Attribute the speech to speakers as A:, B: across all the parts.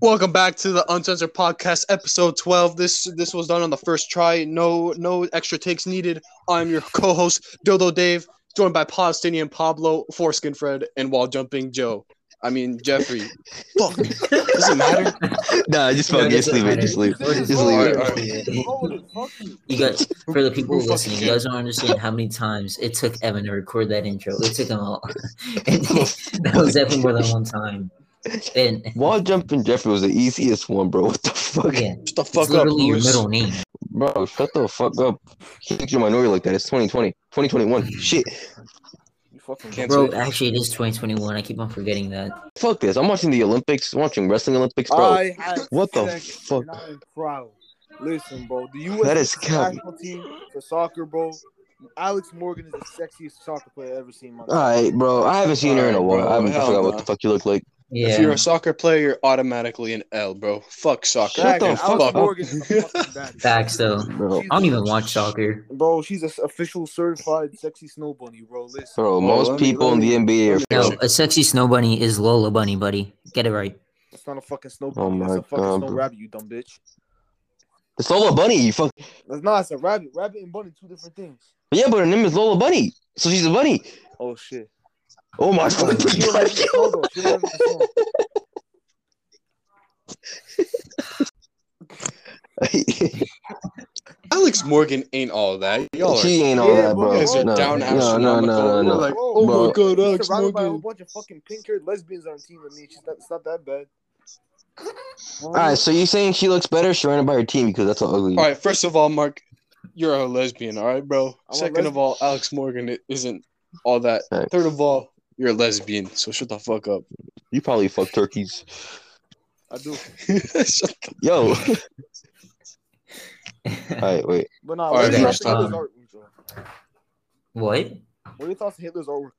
A: Welcome back to the Uncensored Podcast, episode twelve. This this was done on the first try. No no extra takes needed. I'm your co-host Dodo Dave, joined by Palestinian Pablo, Foreskin Fred, and Wall Jumping Joe. I mean Jeffrey. Fuck, does it matter?
B: Nah, just fuck
C: Yeah,
B: it. Just leave it. Just leave it. Just leave
A: Alright,
B: it.
A: alright.
C: You guys, for the people
A: Who fucking
C: listening, you guys don't understand how many times it took Evan to record that intro. It took him a lot. And that was definitely more than one time. And
B: Wall jumping Jeffrey was the easiest one, bro. What the fuck,
C: yeah,
A: Shut the fuck
C: it's
A: up,
C: literally your
A: Louis.
C: middle name.
B: bro? Shut the fuck up. Can't your minority like that. It's 2020, 2021. Shit,
D: You fucking
A: Can't
C: Bro, actually, it is 2021. I keep on forgetting that.
B: fuck this. I'm watching the Olympics, watching wrestling Olympics, bro.
D: I had
B: What the
D: sex
B: fuck?
D: and I'm proud. Listen, bro, the U.S.
B: That is cap.
D: national team for soccer, bro. Alex Morgan is the sexiest soccer player I've ever seen. in My
B: All right, bro. I haven't seen her in a
A: Alright,
B: while.
A: bro.
B: I haven't I
A: Hell
B: forgot
A: nah.
B: what the fuck you look like.
C: Yeah.
A: If you're a soccer player, you're automatically an L, bro. Fuck soccer.
B: Shut the
D: Alex
B: fuck up.
D: Morgan is a fucking baddie.
C: Facts, though.
B: Bro.
D: She's-
C: I don't even watch soccer.
D: Bro, she's an official certified sexy snow bunny, bro. Listen.
B: Bro,
A: Well,
B: most
A: let me-
B: people
A: let
B: in
A: me-
B: the NBA are.
A: let me-
C: No, a sexy snow bunny is Lola Bunny, buddy. Get it right.
D: It's not a fucking snow
B: Oh
D: bunny. That's
B: my
D: a fucking
B: God,
D: snow
B: bro.
D: rabbit, you dumb bitch.
B: It's Lola Bunny. You fuck.
D: That's not. It's a rabbit. Rabbit and bunny, two different things.
B: Yeah, but her name is Lola Bunny, so she's a bunny.
D: Oh shit.
B: Oh my
D: She don't like the
B: fucking
D: snow, though. She don't like the snow.
B: god.
A: Alex Morgan ain't all that. Y'all are
B: She ain't all
D: Yeah,
B: that,
D: bro.
B: bro.
A: You guys are
B: no,
A: down
B: no, no, no, no,
A: astronomical.
B: no.
A: We're like, oh my
B: Bro.
A: god, Alex
D: She's surrounded by a whole
A: Morgan.
D: bunch of fucking pink-haired lesbians on team with me. She's not, it's not that bad.
B: All right, so you're saying she looks better surrounded by her team because that's all ugly.
A: All right, first of all, Mark, you're a lesbian, all right, bro.
D: I'm a
A: Second of
D: lesbian.
A: all, Alex Morgan i- isn't all that.
B: Thanks.
A: Third of all, you're a lesbian, so shut the fuck up.
B: You probably fuck turkeys.
D: I do,
A: Shut the-
B: Yo. all
A: Uh,
B: right, wait.
D: but not.
A: All
D: what
A: right,
D: are your thoughts
C: next,
D: on Hitler's
C: um,
D: artwork? Joe?
C: What?
D: What are your thoughts on Hitler's artwork?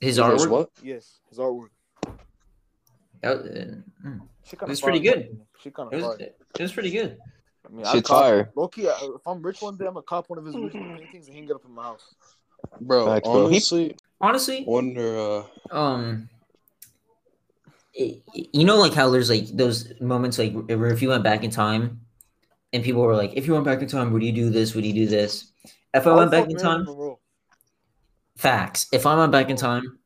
C: His
A: There's
C: artwork?
A: what?
D: Yes, his artwork.
C: That- uh, mm.
D: She kinda
C: It's pretty
D: fire,
C: good.
D: man. She kind
C: It
D: of
C: was,
D: fire.
C: it was pretty good.
D: I mean,
B: Shit's
D: cop,
B: fire.
D: Loki, I- if I'm rich one day, I'm gonna cop one of his rich paintings and hang it up in my house.
A: Bro,
B: Facts, bro.
A: honestly,
C: Honestly,
A: wonder. Uh,
C: um it, you know like how there's like those moments like where if you went back in time and people were like if you went back in time would you do this would you do this if i
D: I'll
C: went back
D: fuck
C: in
D: Marilyn
C: time
D: Monroe.
C: facts if i went back in time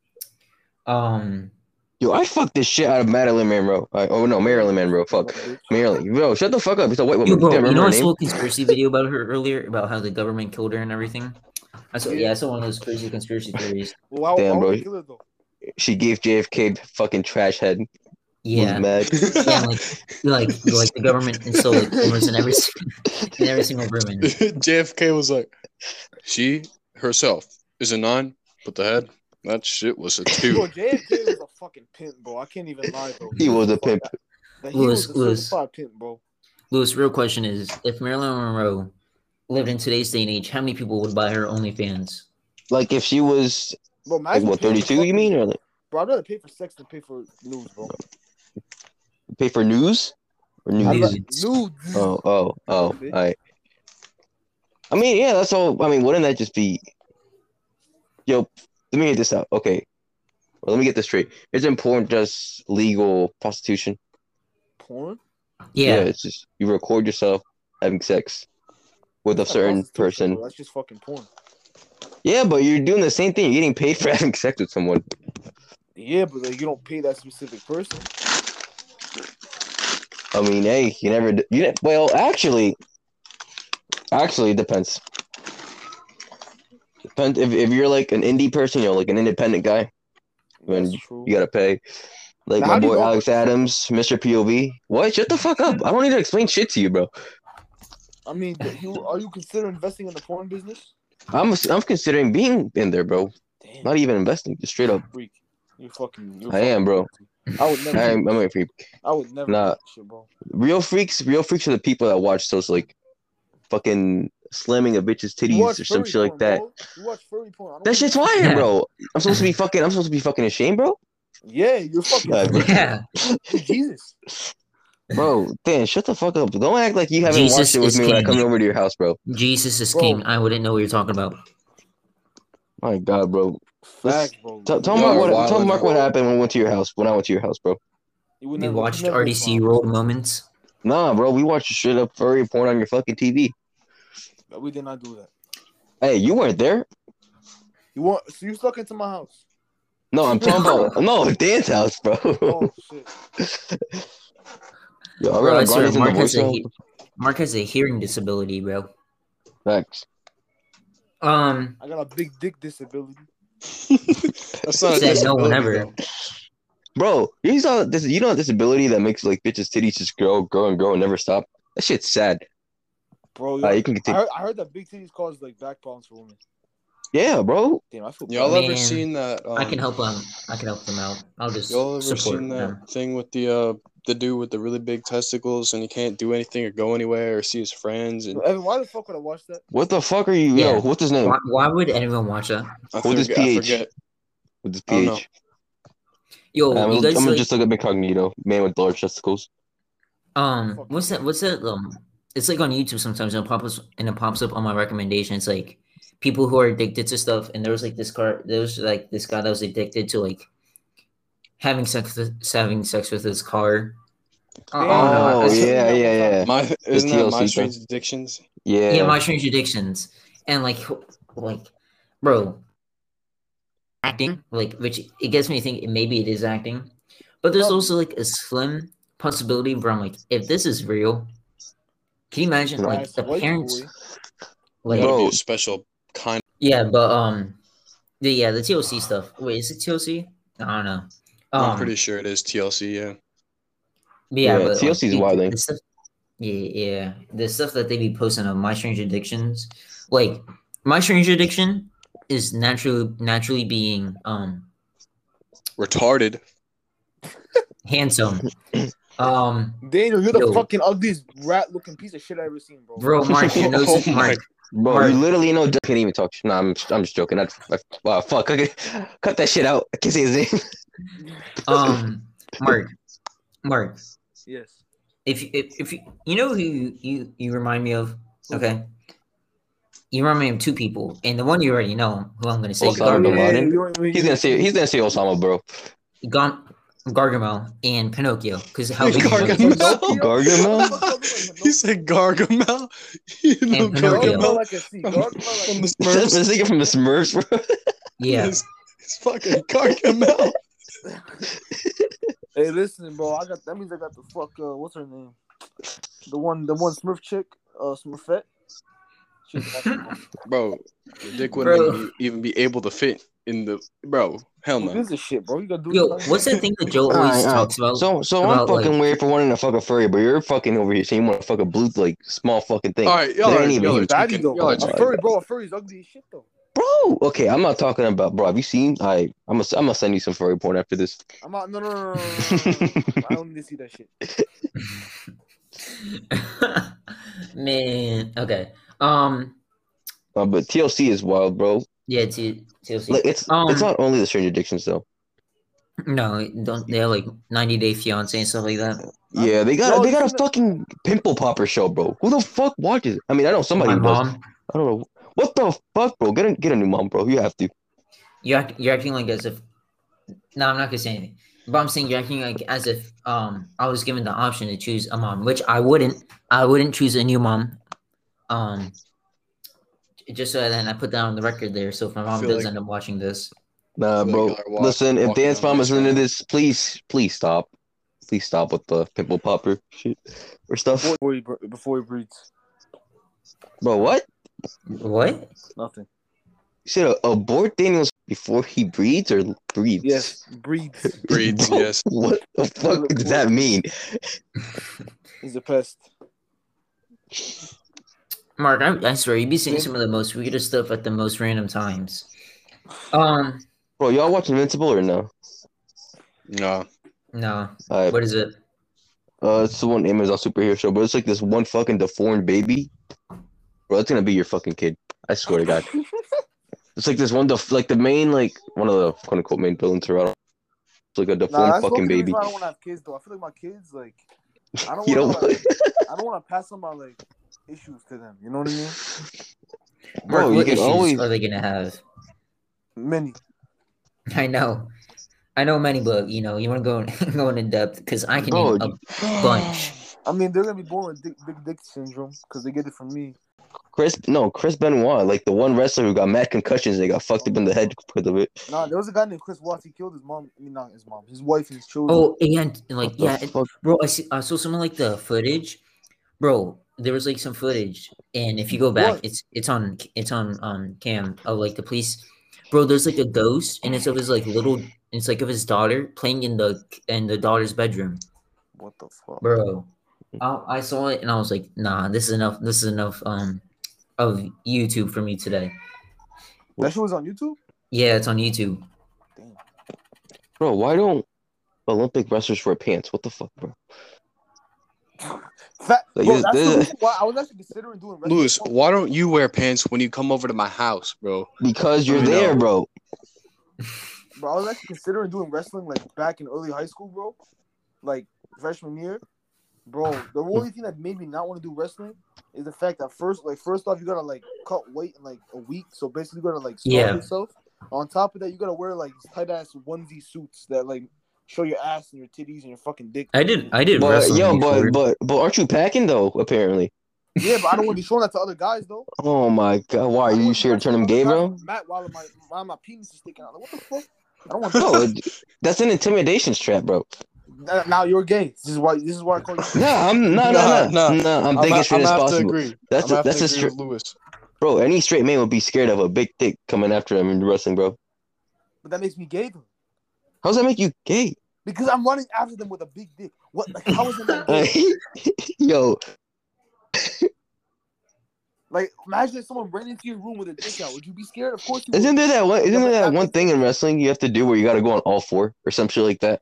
C: um
B: Yo, I fucked this shit out of Madeline Monroe. All right, oh no, Marilyn Monroe. Fuck. Marilyn. Bro, shut the fuck up. It's a white woman.
C: you, bro,
B: Damn,
C: you
B: remember
C: know
B: her
C: i
B: name?
C: saw a conspiracy video about her earlier about how the government killed her and everything i saw yeah i saw one of those crazy conspiracy theories
D: Well,
B: Damn,
D: Damn,
B: bro.
D: bro. Kill it, though.
B: She gave JFK fucking trash head. Yeah.
C: yeah
B: Was mad.
C: yeah like like like the government installed cameras in every s- in every single room and
A: JFK was like, she herself is a nine, but the head, that shit was a
D: Bro,
A: two.
D: JFK was a fucking pimp, bro. I can't even lie, bro.
B: He was a pimp.
D: That He
C: Louis-
D: was a
C: Louis.
D: certified pimp, bro.
C: Louis, real question is if Marilyn Monroe lived in today's day and age, how many people would buy her OnlyFans?
B: Like if she was
D: Bro,
B: like
D: imagine
B: what
D: paying for
B: 32, you
D: fucking-
B: mean? Or like
D: Bro, I'd rather pay for sex than pay for nudes, bro.
B: pay for news? Or
D: I'd
B: news?
D: rather-
C: Nudes.
D: nudes.
B: Oh, oh, oh. All right. I mean, yeah, that's all. I mean, wouldn't that just be? Yo, let me get this out. Okay, well, let me get this straight. It's important just legal prostitution.
D: Porn?
C: Yeah.
B: it's just you record yourself having sex with a
D: That's not
B: certain
D: prostitution,
B: person.
D: bro. That's just fucking porn.
B: Yeah, but you're doing the same thing. You're getting paid for having sex with someone.
D: Yeah, but like, you don't pay that specific person.
B: I mean, hey, you never. d- You ne- well, actually, actually, it depends. Depends if, if you're like an indie person, you know, like an independent guy. When
D: That's true.
B: You gotta pay. Like
D: Now,
B: my
D: how do you
B: boy
D: go-
B: Alex Adams, Mr. POV. What? Shut the fuck up. I don't need to explain shit to you, bro.
D: I mean, do you, are you considering investing in the porn business?
B: I'm I'm considering being in there, bro.
D: Damn,
B: Not even investing, just straight up.
D: freak. You fucking. You're
B: I am, bro.
D: fucking- I would never.
B: I am, I'm a freak.
D: I would never. do
B: Nah.
D: that Shit, bro.
B: Real freaks, real freaks are the people that watch those like fucking slamming of bitches
D: You watch
B: titties or some
D: furry
B: shit like
D: porn,
B: that.
D: bro. You watch furry porn. I don't
B: That
D: give a-
B: shit's fire, bro. I'm supposed to be fucking. I'm supposed to be fucking ashamed, bro.
D: Yeah, you're fucking.
B: Nah, bro.
C: Yeah.
D: Jesus.
B: Bro, Dan, shut the fuck up. Don't act like you haven't
C: Jesus
B: watched it with
C: is
B: me when I
C: king.
B: come over to your house, bro.
C: Jesus is
D: Bro.
C: king. I wouldn't know what you're talking about.
B: My God, bro.
D: Facts, bro.
B: Tell, tell
A: Y'all
B: Mark
A: are
B: what. Tell
A: wildin'.
B: Mark what happened when I went to your house. When I went to your house, bro.
D: You would
C: We
D: never-
C: watched
D: never
C: RDC
D: find-
C: roll moments.
B: Nah, bro, we watched straight up furry porn on your fucking TV.
D: We did not do that.
B: Hey, you weren't there.
D: You want? So you stuck into my house?
B: No, I'm talking about no Dan's house, bro.
D: Oh shit!
B: Yo, I
C: Bro, I
B: read
C: swear,
B: Oh, Guardians in the
C: Mark has, a,
B: voicemail.
C: he- Mark has a hearing disability, bro.
B: Facts.
C: Um,
D: I got a big dick disability.
A: That's not a
C: Said no one
A: Oh, disability,
C: ever.
A: though.
B: Bro, you saw this. You know that disability that makes like bitches' titties just grow, grow, and grow and never stop. That shit's sad.
D: Bro, yo,
B: Uh, you can
D: I,
B: continue.
D: heard, I heard that big titties cause like back problems for women.
B: Yeah, bro.
D: Damn, I feel.
A: Y'all
D: bad.
A: ever
C: Man,
A: seen that? Um,
C: I can help them. I can help them out. I'll just
A: Y'all ever
C: support
A: seen that
C: them.
A: thing with the uh the dude with the really big testicles and he can't do anything or go anywhere or see his friends and
D: Evan, why the fuck would I watch that?
B: What the fuck are you?
C: Yeah.
B: Yo, what's his name?
C: Why, why would anyone watch that?
A: I,
B: What is
A: forget, I
B: PH?
A: forget.
B: With his
A: I don't
B: pH.
A: know.
C: Yo,
B: I'm,
C: you
B: gonna-
C: guys
B: I'm gonna
C: like,
B: just look up incognito. Man with large testicles.
C: um, what's that? What's that? Um, it's like on YouTube sometimes, and it pops and it pops up on my recommendation. It's like people who are addicted to stuff, and there was like this car, there was like this guy that was addicted to like having sex, with, having sex with his car. I- I don't know.
B: Oh,
C: That's-
B: yeah, yeah, yeah.
A: My isn't that
B: TLC
A: my
B: thing.
A: strange addictions?
B: Yeah.
C: yeah, my strange addictions and like wh- like bro acting like which it gets me to think maybe it is acting but there's
D: Well-
C: also like a slim possibility where i'm like if this is real can you imagine like
D: Nice
C: the
D: white
C: parents
D: boy.
C: like
A: Gotta be
B: Bro.
A: a special kind.
C: yeah but um the yeah the toc stuff wait is it toc i don't know um
A: I'm pretty sure it is TLC. Yeah.
C: yeah,
B: Yeah,
C: but, like,
B: TLC is
C: the-
B: wild, eh?
C: the stuff- yeah yeah the stuff that they be posting on my strange addictions like my strange addiction is naturally naturally being um
A: Retarded.
C: handsome um
D: Daniel, you're the
C: Yo.
D: fucking ugliest rat-looking piece of shit I ever seen, bro.
C: bro mark your nose
A: Oh
C: is
A: my
C: mark
B: Bro,
C: Mark.
B: you literally know Doug can't even talk. sh- Nah, I'm, I'm just joking. I, I, wow, fuck. Okay. Cut that shit out. I can't say his name.
C: um mark mark
D: Yes.
C: if you if, if you, you know who you, you you remind me of okay you remind me of two people and the one you already know who i'm
D: Oh,
C: gonna say
B: Osama bin
C: Gargamel.
B: Laden. Laden.
D: you don't even-
B: He's gonna say he's gonna say Osama, bro.
C: Gar- Gargamel and Pinocchio because how big is it?
A: Gargamel.
D: Oh
B: Gargamel.
A: He said Gargamel. You know
C: And Pinocchio.
A: Gargamel.
D: Gargamel like a sea. Gargamel
A: From the
D: like
B: This
A: Smurfs.
B: this nigga from the Smurfs, bro.
C: yeah
A: It's, it's fucking Gargamel.
D: Hey, listen, bro. I got that means I got the fuck. Uh, what's her name? The one, the one Smurf chick, uh, Smurfette. She's
A: bro, your dick wouldn't
C: Bro.
A: even be, even be able to fit in the bro. Hell
D: Who
A: no.
D: gives a shit, bro? You gotta do
C: Yo,
D: it.
C: what's that thing that Joe
B: All
C: always
B: right, all right.
C: talks about?
B: So so
C: about,
B: I'm fucking
C: like-
B: weird for wanting to fuck a furry, but you're fucking over here saying you want to fuck a blue like small fucking thing,
A: All right, y'all
B: They
A: are,
B: ain't even
A: y'all are
B: human.
D: Daddy
A: tweaking.
D: though,
A: Y'all are
D: a
B: Alright.
A: tweaking.
D: furry, bro. A furry's ugly as shit though.
B: bro. Okay, I'm not talking about bro. Have you seen? I I'm gonna I'm gonna send you some furry porn after this.
D: I'm not. No, no, no, no, no, no, no, no. I don't need to see that shit.
C: Man, okay. Um,
B: Uh, but TLC is wild, bro.
C: yeah, T- TLC.
B: Like it's
C: Um,
B: it's not only the strange addictions though.
C: no, don't they have like 90 Day Fiance and stuff like that?
B: Yeah, they got
D: Yo,
B: they got a
D: isn't it-
B: fucking pimple popper show, bro. Who the fuck watches? it? I mean, I know somebody
C: My
B: does.
C: mom,
B: I don't know what the fuck, bro. Get a get a new mom, bro. You have to.
C: you're, act- you're acting like as if. No, I'm not gonna say anything. But I'm saying you're acting like as if um I was given the option to choose a mom, which I wouldn't. I wouldn't choose a new mom. Um, just so then I put that on the record there. So if my mom
A: feel
C: does
A: like-
C: end up watching this,
B: Nah,
A: So they
B: bro.
A: gotta walk-
B: Listen, if
A: walk down
B: Dan's mom
A: the
B: is listening to
A: street.
B: this, please, please stop. Please stop with the pimple popper shit or stuff.
D: Before he, br- before he breeds,
B: Bro, what?
C: what?
D: nothing.
B: You said uh, abort Daniel's before he breeds or breathes?
D: Yes, breeds
A: Breeds,
B: Bro,
A: yes.
B: What the fuck does that mean?
D: is a pest.
C: Mark, I, I swear you'd be seeing
D: Yeah.
C: some of the most weirdest stuff at the most random times. Um,
B: Bro, y'all watch Invincible or no?
A: No.
C: no,
B: All right.
C: what is it?
B: Uh, it's the one Amazon superhero show, but it's like this one fucking deformed baby. Bro, that's gonna be your fucking kid. I swear to God. it's like this one, def- like the main, like one of the quote unquote main villains around. It's like a
D: Nah,
B: deformed
D: that's
B: fucking
D: fucking
B: baby.
D: baby. I don't want to have kids though. I feel like my kids like. I don't
B: You
D: want
B: don't.
D: to. Like, I don't want to pass on my like issues to them. You know what I mean?
C: Mark,
B: Bro, you
C: what
B: can
C: issues
B: always.
C: are they gonna have?
D: Many.
C: I know. I know many, but you know, you want to go going in depth because I can
B: Bro,
C: name a bunch.
D: I mean, they're gonna be born with dick, big dick syndrome because they get it from me.
B: Chris, no, Chris Benoit, like the one wrestler who got mad concussions, they got fucked up in the head because of it.
D: Nah, there was a guy named Chris Watts. He killed his mom. I mean, not his mom, his wife and his children.
C: Oh, and like
B: What the
C: yeah, it-
B: fuck?
C: bro, I see. I saw some of like the footage, bro. There was like some footage, and if you go back,
D: What?
C: it's it's on it's on um cam of like the police, bro. There's like a ghost, and it's of his like little, it's like of his daughter playing in the in the daughter's bedroom,
D: What the fuck?
C: bro. I, I saw it and I was like, nah, this is enough. This is enough um of YouTube for me today.
D: That shit was on YouTube.
C: Yeah, it's on YouTube.
D: Damn.
B: Bro, why don't Olympic wrestlers wear pants? What the fuck, bro?
D: Fat.
B: Like,
D: bro,
B: is
D: that's
B: this-
D: the reason why I was actually considering doing. wrestling.
A: Lewis, why don't you wear pants when you come over to my house, bro?
B: Because you're
A: I know.
B: there, bro.
D: Bro, I was actually considering doing wrestling like back in early high school, bro. Like freshman year, bro. The only thing that made me not want to do wrestling is the fact that first, like, first off, you gotta like cut weight in like a week, so basically you gotta like starve
C: Yeah.
D: yourself. On top of that, you gotta wear like tight ass onesie suits that like show your ass and your titties and your fucking dick.
C: I did. I did.
B: But
C: wrestling
B: yo,
C: before.
B: but but but aren't you packing though? Apparently.
D: Yeah, but I don't want to be showing that to other guys though.
B: Oh my god, why are
D: I don't
B: you
D: wanna be
B: sure to turn him
D: wrestling
B: gay,
D: with other
B: bro?
D: guys with Matt, while my while my penis is sticking out, like what the fuck? I don't want.
B: No, it- that's an intimidation trap, bro.
D: That- Now you're gay. This is why. This is why I call you.
B: No, I'm
A: Nah,
B: no, no, no,
A: nah.
B: no. I'm thinking
A: ha-
B: straight as
A: have to
B: possible.
A: agree.
B: That's
A: I'm
B: a,
A: have to
B: that's a
A: agree
B: straight,
A: with Lewis.
B: bro. Any straight man would be scared of a big dick coming after him in wrestling, bro.
D: But that makes me gay though.
B: How does that make you gay?
D: Because I'm running after them with a big dick. What? Like, how is it that?
B: Like,
D: gay?
B: yo,
D: like, imagine if someone ran into your room with a dick out. Would you be scared? Of course you
B: isn't
D: would.
B: there that one? Isn't
D: but
B: there that
D: that
B: one
D: makes-
B: thing in wrestling you have to do where you got to go on all four or some shit like that?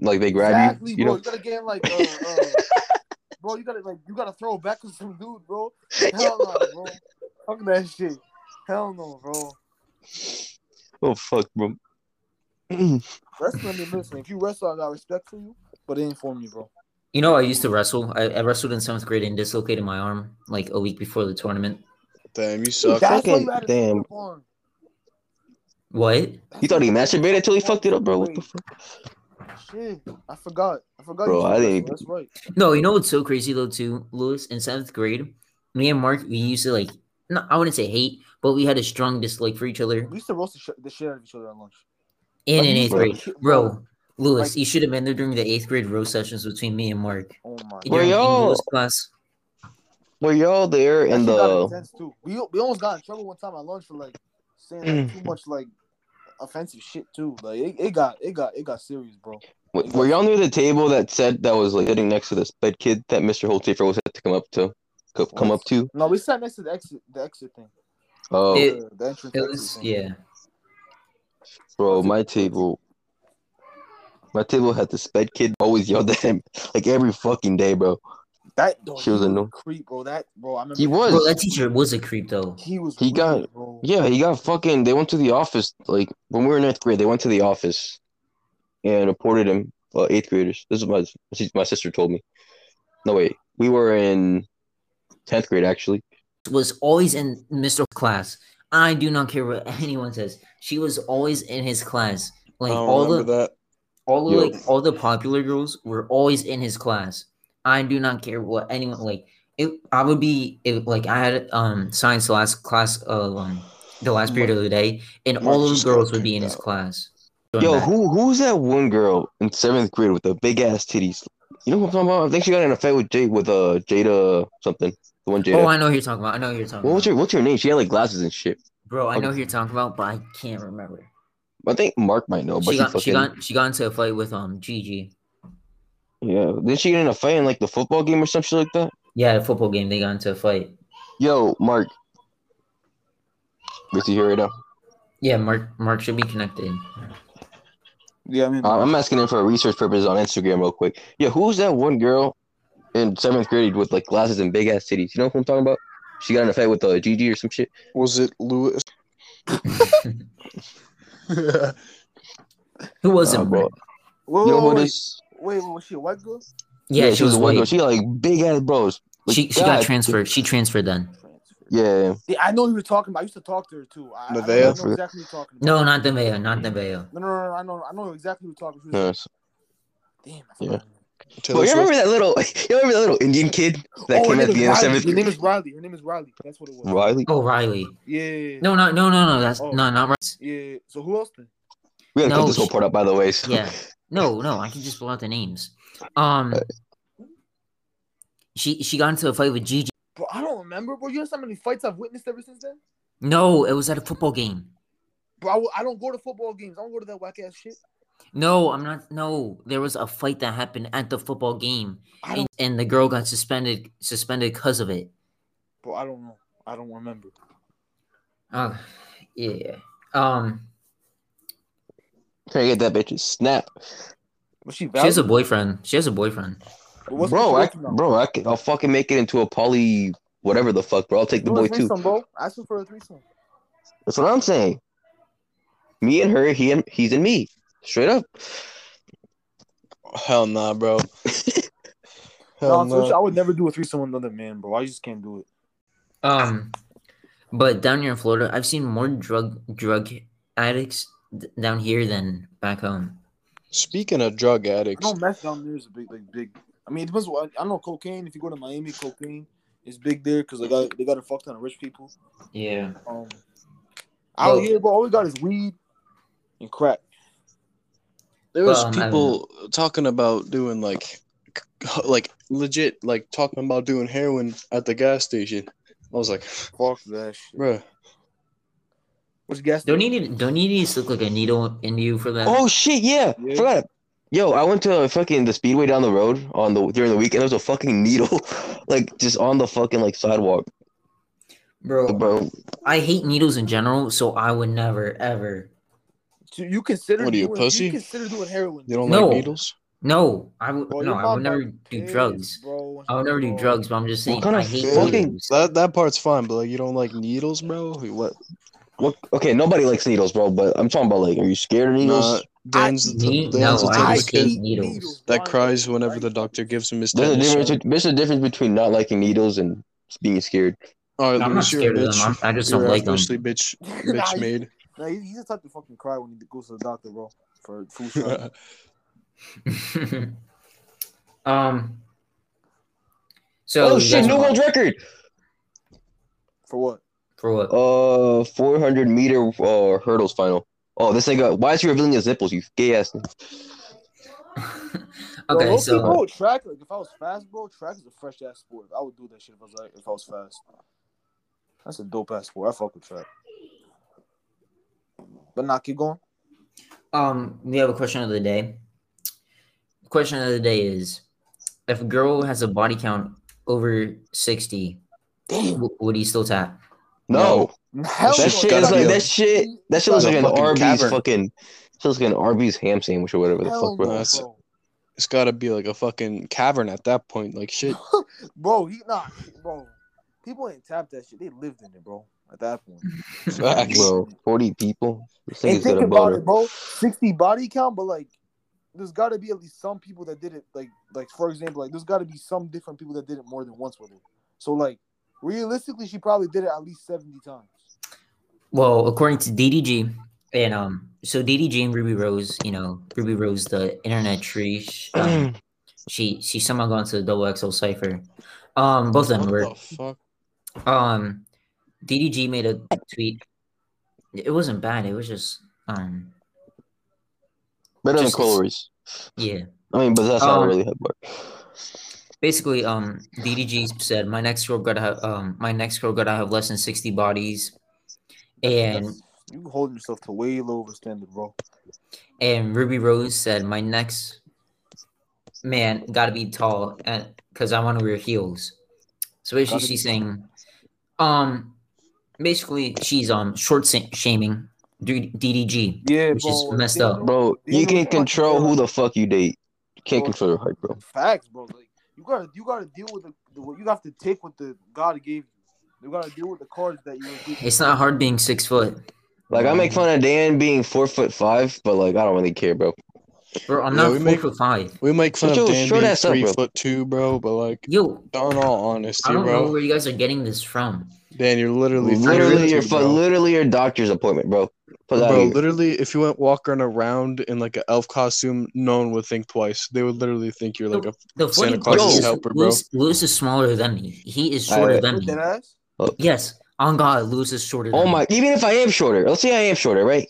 B: Like they grab
D: exactly,
B: you, you
D: bro.
B: know?
D: You gotta get like, uh, uh, bro. You gotta like, you gotta throw it back to some dude, bro. Hell no, bro. Fuck that shit. Hell no, bro.
B: Oh fuck, bro. Mm.
D: Wrestling, and listen. If you wrestle, I got respect for you, but it ain't for me, bro.
C: You know, I used to wrestle. I, I wrestled in seventh grade and dislocated my arm like a week before the tournament.
A: Damn, you suck.
D: That's why
B: fucking
D: you had a
B: damn.
D: damn. Arm.
C: What?
B: You thought he masturbated till he fucked it up, bro? What the fuck?
D: Shit, I forgot. I forgot.
B: Bro,
D: you
B: I didn't-
D: wrestle. That's right.
C: No, you know what's so crazy though too, Lewis? In seventh grade, me and Mark, we used to like, no, I wouldn't say hate, but we had a strong dislike for each other.
D: We used to roast the, sh- the shit out of each other at lunch.
C: And in
D: Like,
C: eighth
B: bro.
C: grade, bro, Lewis,
D: Like-
C: you should have been there during the eighth grade row sessions between me and Mark.
D: Oh my.
B: Bro,
C: During
B: yo.
C: English class.
B: Were y'all there
D: That
B: in
D: shit got
B: the?
D: intense too. We, we almost got in trouble one time at lunch for like saying like, too much like offensive shit too. Like it, it got it got it got serious, bro.
B: w- Were y'all near the table that said that was like sitting next to this bed kid that Mr. Holtafer was had to come up to? co- Come
D: What?
B: up to?
D: No, we sat next to the exit the exit thing.
B: Oh,
C: It-
D: the, the entrance.
C: It
D: exit
C: was
D: thing.
C: yeah.
B: bro, my table. My table had this bed kid always yelled at him like every fucking day, bro.
D: That dog,
B: She was
D: he
B: annoying.
D: creep, bro. That bro, I remember.
B: He was.
C: Bro, that teacher was a creep though.
D: He was.
B: He got-
D: weird, bro.
B: Yeah, he got fucking. They went to the office. Like when we were in ninth grade, they went to the office and reported him. Well, eighth graders. This is what my my sister told me. No wait, we were in tenth grade actually.
C: Was always in Mr. class. I do not care what anyone says. She was always in his class. Like all the
A: that.
C: all the
B: Yo.
C: like all the popular girls were always in his class. I do not care what anyone like. It, I would be if like I had um science last class of um, the last period of the day, and
A: Mark
C: all of
A: just
C: the
A: got
C: girls would be in
A: kicked
C: his class. doing
B: Yo,
C: that.
B: who who's that one girl in seventh grade with the big ass titties? You know what I'm talking about? I think she got in a fight with Jade with uh Jada something. The one Jada.
C: Oh, I know who you're talking about. I know who you're talking
B: what was
C: about,
B: your what's your name? She had like glasses and shit.
C: bro. I know who you're talking about, but I can't remember.
B: I think Mark might know,
C: she
B: but he
C: got
B: fucking
C: she got she got into a fight with um Gigi.
B: yeah. Didn't she get in a fight in like the football game or some shit like that?
C: Yeah, a football game. They got into a fight.
B: Yo, Mark. Wait till you hear it now.
C: Yeah, Mark Mark should be connected.
D: Yeah, I mean,
B: Uh, I'm asking him for research purposes on Instagram real quick. Yeah, who's that one girl in seventh grade with like glasses and big ass titties? You know who I'm talking about? She got in a fight with uh, Gigi or some shit.
A: Was it Lewis?
C: Who was
B: Nah,
C: it,
B: Oh, bro.
C: bro?
D: whoa,
B: You know
D: whoa,
B: who
D: wait,
B: it
D: wait,
B: is?
D: wait, wait, was she a white girl?
C: Yeah, she, was
B: a white girl.
C: white.
B: She got like big ass bros. Like,
C: She she got
B: God.
C: transferred. She transferred then.
B: Yeah.
D: Yeah, I know who you're talking about. I used to talk to her too. I, I know- I
B: Nevaeh?
D: know exactly who you're talking about.
C: No, not Demeo, not Demeo.
D: No, no, no, no, I know, I know exactly who you're talking about.
B: Yes.
D: Damn. I
B: Yeah.
D: forgot.
B: Well,
A: Taylor
B: you remember
A: Swift.
B: that little, you remember that little Indian kid that
D: Oh, her
B: came at
D: name
B: the
D: is
B: end of
D: Riley.
B: seventh
D: Her name
B: grade?
D: is Riley. Her name is Riley. That's what it was.
B: Riley.
C: Oh, Riley.
D: Yeah.
C: No, no, no, no, no. That's
D: Oh.
C: no, not right.
D: Yeah. So who else then?
B: We gotta
C: No,
B: cut this whole
C: sh-
B: part up, by the way. So.
C: Yeah. No, no, I can just pull out the names. Um, she she got into a fight with Gigi.
D: Bro, I don't remember, bro. You know how many fights I've witnessed ever since then?
C: No, it was at a football game.
D: Bro, I, will- I don't go to football games. I don't go to that whack ass shit.
C: No, I'm not. No, there was a fight that happened at the football game,
D: I
C: and,
D: don't,
C: and the girl got suspended suspended because of it.
D: bro. I don't know. I don't remember.
C: Oh, yeah. Um,
B: Trying to get that bitch to snap,
D: Was she
C: she has a
D: valid?
C: boyfriend. She has a boyfriend.
D: But what's-
B: bro. I,
D: what's she working on?
B: bro, I can, I'll fucking make it into a poly, whatever the fuck, bro. I'll take the
D: Do a
B: boy too.
D: threesome, bro. Ask her for a threesome.
B: That's what I'm saying. Me and her, he and he's in me, straight up.
A: Hell nah, bro.
D: No,
A: Hell
D: so
A: nah.
D: I would never do a threesome with another man, bro. I just can't do it.
C: Um, but down here in Florida, I've seen more drug drug addicts d- down here than back home.
A: Speaking of drug
D: I
A: addicts,
D: know meth down there is a big, like big. I mean, it depends. What, I know cocaine. If you go to Miami, cocaine is big there because they got they got a fuck ton of rich people.
C: Yeah.
D: Um, out
C: Well-
D: here, bro, all we got is weed and crack.
A: There was
C: But, um, I
A: people talking about doing like, c- like legit, like talking about doing heroin at the gas station. I was like,
D: Fuck that shit.
A: bruh.
D: What's gas?
C: Don't need it. Don't need to stick like a needle in you for that.
B: Oh shit, yeah,
D: Yeah.
B: forgot. Yo, I went to fucking the speedway down the road on the during the week, and there was a fucking needle, like just on the fucking like sidewalk,
C: bro.
B: bro.
C: I hate needles in general, so I would never ever.
D: So you consider
A: What are you,
D: doing,
A: pussy?
D: You consider doing heroin?
A: You don't
C: No.
A: like needles?
C: No, I would.
D: Bro,
C: no,
D: your
C: I
D: mom
C: would never
D: got
C: do
D: kids,
C: drugs.
D: bro.
C: I would never do
D: Bro.
C: drugs, but I'm just saying
B: What kind
C: I
B: of
C: hate
B: fucking-
C: needles.
A: That that part's fine, but like you don't like needles, bro. What?
B: What? Okay, nobody likes needles, bro. But I'm talking about like, are you scared of needles?
A: Nah, Dan's the,
C: Me?
A: Dan's the
C: No, I
A: type of
C: hate
A: kid
C: needles.
A: that
D: bro.
A: cries whenever the doctor gives him his
B: There's a
A: tennis.
B: difference. There's a difference between not liking needles and being scared.
A: All right,
C: No, I'm not
A: Lewis, you're a
C: scared of them.
A: bitch.
C: I'm, I just
A: You're
C: don't
A: a
C: like them.
A: freshly bitch,
D: Nah,
A: bitch
D: he-
A: made.
D: Nah, he- he's the type to fucking cry when he goes to the doctor, bro. For food shot.
C: um. So
B: Oh
C: you
B: shit!
C: guys
B: New
C: want-
B: world record.
D: For what?
C: for what?
B: Uh, 400 meter uh, hurdles final. Oh, this nigga. Why is he revealing his nipples? You gay ass. nigga.
C: okay,
D: bro,
C: so
D: bro, track. Like, if I was fast, bro, track is a fresh ass sport. I would do that shit if I was like, if I was fast. That's a dope ass sport. I fuck with track. But nah, keep going.
C: um, we have a question of the day. Question of the day is: If a girl has a body count over sixty, w- would he still tap?
B: No,
D: Hell
B: that
A: That's
B: shit
D: no,
B: is
A: gotta
B: like
A: be a-
B: that shit. That shit looks
A: gotta be
B: like
A: a
B: an
A: fucking
B: Arby's
A: cavern.
B: fucking. It looks like an Arby's ham sandwich or whatever the
D: hell
B: fuck.
D: no,
B: Bro.
A: That's-
D: bro.
A: It's gotta be like a fucking cavern at that point. Like shit.
D: Bro, he nah, bro. People ain't tapped that shit. They lived in it, bro. At that point.
A: Facts.
B: Bro, 40 people. This
D: And
B: nigga's got
D: think
B: a
D: about
B: boner.
D: it, bro. Sixty body count, but like, there's got to be at least some people that did it. Like, like for example, like there's got to be some different people that did it more than once with it. So like, realistically, she probably did it at least seventy times.
C: Well, according to DDG, and um, so DDG and Ruby Rose, you know, Ruby Rose, the internet tree, sh- um, she she somehow got into the double XL cipher. Um, both of them
A: What
C: were.
A: the fuck?
C: Um, DDG made a tweet. It wasn't bad. It was just um,
B: Better than
C: Just-
B: calories.
C: yeah.
B: I mean, but that's
C: Um,
B: not really hard work.
C: Basically, um, DDG said, "My next girl gotta have um, my next girl gotta have less than sixty bodies," and
D: That's- you holding yourself to way low of a standard, bro.
C: and Ruby Rose said, "My next man got to be tall, because I want to wear heels." So basically,
D: Gotta be
C: she's
D: tall.
C: saying, um, basically she's um short sa- shaming D- DDG.
D: Yeah,
C: Which
D: bro.
C: is messed
D: Think,
C: up.
B: Bro,
D: you
B: you
D: know
B: can
D: what the fuck
B: control
D: you
B: who
D: want.
B: the fuck you date. You can't
D: Bro.
B: control your height, bro.
D: Facts, bro. Like, you gotta, you gotta deal with the, the what you have to take what the God gave you. You gotta deal with the cards that you. were given.
C: It's not hard being six foot.
B: Like I make fun of Dan being four foot five, but like I don't really care, bro.
C: Bro, I'm
A: Yeah,
C: not
A: we
C: four
A: make-
C: foot five.
A: We make fun
B: But
A: of
B: yo,
A: Dan
B: show
A: being
B: that stuff,
A: three
B: bro.
A: foot two, bro. But like,
C: Yo,
A: in all honesty,
C: I don't know
A: bro,
C: where you guys are getting this from.
A: Dan, you're literally three
B: Literally
A: foot
B: your
A: two,
B: fu-
A: bro.
B: literally your doctor's appointment, bro. Put
A: Bro,
B: that out here.
A: literally, if you went walking around in like an elf costume, no one would think twice. They would literally think you're like a.
C: The funny
A: Santa
C: part
B: Claus is
C: is
A: helper, bro.
C: Lewis, Lewis is smaller than me. He is
B: All
C: shorter
B: right.
C: than
D: With
C: me.
D: that ass?
C: Yes, on God, Lewis is shorter.
B: Oh
C: than
B: my!
C: Me.
B: Even if I am shorter, let's say I am shorter, right?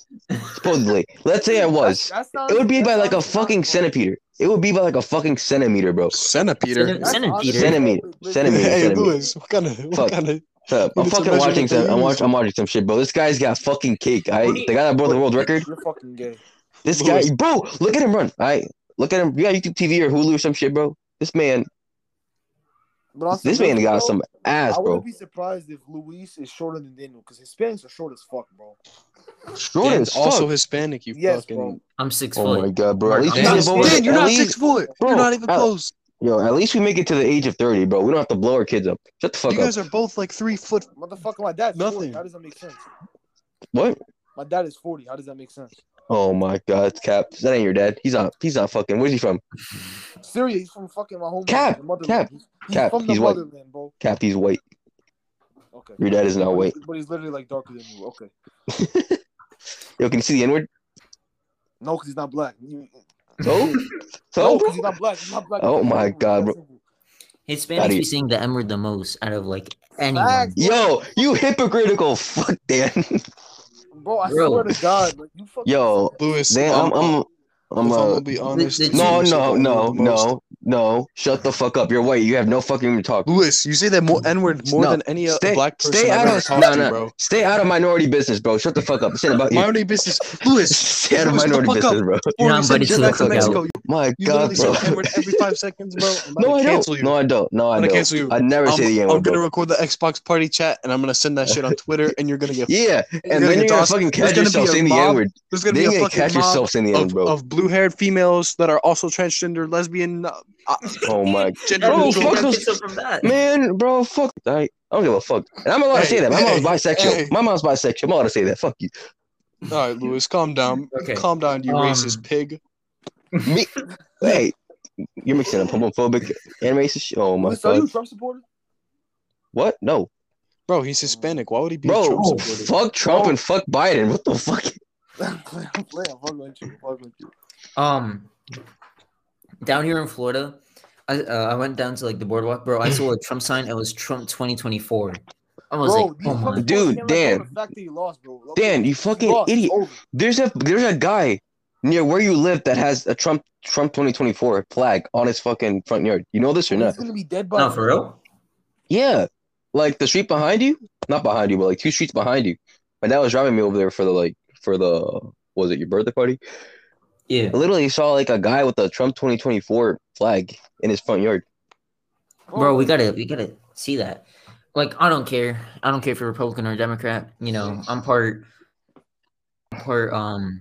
B: Supposedly, let's say I was.
D: That- that
B: It would be
D: sounds-
B: by
D: that
B: like a
D: sounds
B: fucking
D: possible.
B: centimeter. It would be by like a fucking centimeter, bro.
A: Centipeter.
C: Centi- Centimeter.
B: Centimeter. Centimeter.
A: Hey,
B: centimeter.
A: Lewis, what kind of.
B: Fuck.
A: What kind of
B: Uh, I'm
A: It's a
B: fucking watching
A: measurement they
B: some. I'm,
A: use.
B: watch, I'm watching some shit, bro. This guy's got fucking cake.
C: What
B: I
C: do
B: the
C: you-
B: guy that broke the world record.
D: You're fucking gay.
B: This
A: Lewis.
B: guy, bro. Look at him run. All right, look at him. You got YouTube TV or Hulu or some shit, bro. This man,
D: But on some
B: this man
D: real
B: got
D: shit,
B: some ass,
D: I wouldn't
B: bro.
D: be surprised if Luis is shorter than Daniel because Hispanics are short as fuck, bro.
B: Short
A: Dan's
B: as
A: also
B: fuck.
A: Hispanic, you
D: Yes,
A: fucking.
D: bro.
C: I'm six
B: Oh
C: foot.
B: my god, bro.
C: Mark,
B: At least
C: I'm
B: we
C: not-
B: live over.
A: Dan, you're
B: at
A: not
B: least,
A: six foot.
B: Bro,
A: you're not even
B: I-
A: close.
B: Yo, at least we make it to the age of thirty, bro. We don't have to blow our kids up. Shut the fuck
A: You
B: up.
A: guys are both like three foot.
D: Motherfucker, my dad's forty.
A: Nothing.
D: How does that make sense?
B: What?
D: My dad is forty. How does that make sense?
B: Oh my god, it's Cap. That ain't your dad. He's not. He's not fucking. Where's he from?
D: Syria, he's from fucking my home.
B: Cap,
D: the motherland.
B: Cap,
D: he's, he's
B: Cap,
D: from the
B: he's white.
D: motherland, bro.
B: Cap. He's white.
D: Okay,
B: Your dad is not
D: but
B: white.
D: he's, but he's literally like darker than you. Okay,
B: Yo, can you see the N word?
D: no, because he's not black. You-
B: So,
D: No,
B: so.
D: because he's not black. He's not black.
B: Oh my
D: It's
B: God,
D: that
B: bro.
D: simple.
C: Hispanics
B: Outta
C: be
B: here.
C: saying the M word the most out of like anyone.
D: Facts.
B: Yo, you hypocritical fuck, Dan.
D: Bro, I
C: Bro.
D: swear to God, like, you fucking.
B: Yo,
A: Lewis,
B: Dan, I'm, I'm,
A: I'm,
B: I'm,
A: if I'm
B: uh,
A: gonna be honest.
C: the-
A: you
B: no,
A: say
B: no,
A: that
B: no,
A: word the most.
B: no, no. Shut the fuck up. You're white. You have no fucking room to talk.
A: Lewis, you say that more N word more
B: No,
A: than any other
B: Stay,
A: black person
B: stay
A: I've
B: out
A: ever
B: of,
A: talked
B: no,
A: to,
B: no.
A: bro.
B: Stay out of minority business, bro. Shut the fuck up. This ain't about you.
A: Minority business, Lewis.
B: Stay out of
A: Lewis, shut the
B: minority
A: fuck
B: business,
A: up.
B: bro.
A: Or
C: not
A: you said
C: invited to
A: jet
C: the
A: back to
C: fuck
A: Mexico. You,
B: My
A: you
B: God,
A: literally
B: bro.
A: say N word every five seconds, bro. I'm about
B: No,
A: to
B: I
A: cancel
B: don't.
A: you.
B: No, I don't. No, I
A: I'm gonna
B: don't.
A: cancel you.
B: I never
A: I'm,
B: say the N
A: I'm
B: word,
A: gonna
B: bro.
A: record the Xbox party chat and I'm gonna send that shit on Twitter and you're gonna get
B: Yeah,
A: You're
B: and
A: gonna
B: then
A: get
B: you're gonna
A: tossed.
B: fucking
A: There's gonna
B: catch
A: be
B: yourself
A: a
B: saying the
A: mob.
B: N word.
A: there's gonna
B: Then
A: be
B: you're
A: a
B: gonna
A: fucking
B: catch
A: mob
B: yourself saying the N word,
A: of,
B: bro.
A: of blue haired females that are also transgender, lesbian, uh, uh,
B: Oh my
A: gender
B: Bro,
A: neutral.
B: fuck those- Man, bro, fuck. I, I don't give a fuck. And I'm allowed to
A: Hey,
B: say that. My
A: hey,
B: mom's bisexual.
A: hey.
B: My mom's bisexual. I'm allowed to say that. Fuck you.
A: All right, Lewis, calm down.
C: Okay.
A: Calm down, you
C: Um,
A: racist pig.
B: Me, hey, you're mixing up homophobic and racist shit. Oh my
D: Luis, are you
B: god.
D: a Trump supporter?
B: What? No.
A: Bro, he's Hispanic. Why would he be a
B: Bro,
A: Trump
B: oh,
A: supporter?
B: fuck Trump and fuck Biden. What the fuck?
D: I'm playing, I'm playing. I'm fucking with you. I'm fucking with you.
C: Um, down here in Florida, I uh, I went down to like the boardwalk, bro. I saw a Trump sign. It was Trump 2024. I was
D: Bro,
C: like,
D: these
C: oh my.
D: motherfuckers
B: Dude,
D: can't let go of
B: Dan.
D: The fact that you lost, bro. Okay,
B: Dan, you
D: you
B: fucking
D: lost. It's
B: idiot.
D: over.
B: There's a there's a guy near where you live that has a Trump Trump 2024 flag on his fucking front yard. You know this or not?
D: He's gonna be dead by
C: No, for real.
B: Yeah. Like the street behind you? Not behind you, but like two streets behind you. My dad was driving me over there for the like for the what was it your birthday party?
C: Yeah.
B: I literally saw like a guy with a Trump 2024 flag in his front yard.
C: bro we gotta we gotta see that like i don't care i don't care if you're republican or democrat you know i'm part I'm part um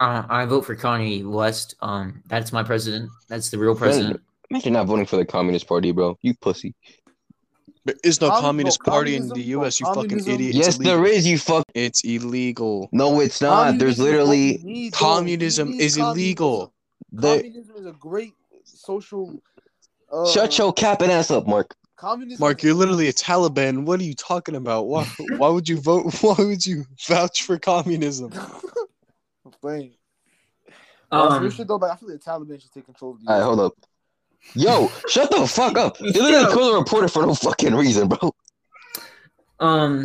C: I, I vote for kanye west um that's my president that's the real president
B: Imagine not voting for the Communist Party, bro. You pussy.
A: There is no
D: Com- bro,
A: communist party in the
D: communism- bro,
A: U.S. You fucking
D: communism-
A: idiot.
B: yes,
A: it's illegal.
B: there is, you fuck.
A: It's illegal.
B: No, it's not. There's literally
A: Communism is illegal.
B: the
D: Communism is a great social. Uh,
B: shut your cap and ass up, Mark.
D: communism.
A: Mark, you're literally a Taliban. What are you talking about? Why, why would you vote? Why would you vouch for communism?
D: I'm playing.
A: Oh,
D: Um,
C: um
D: real shit though, but I feel like the Taliban should take control of the.
B: All right,
D: US.
B: hold up. Yo, shut the fuck up. They
C: Yo.
B: literally killed a reporter for no fucking reason, bro.
C: um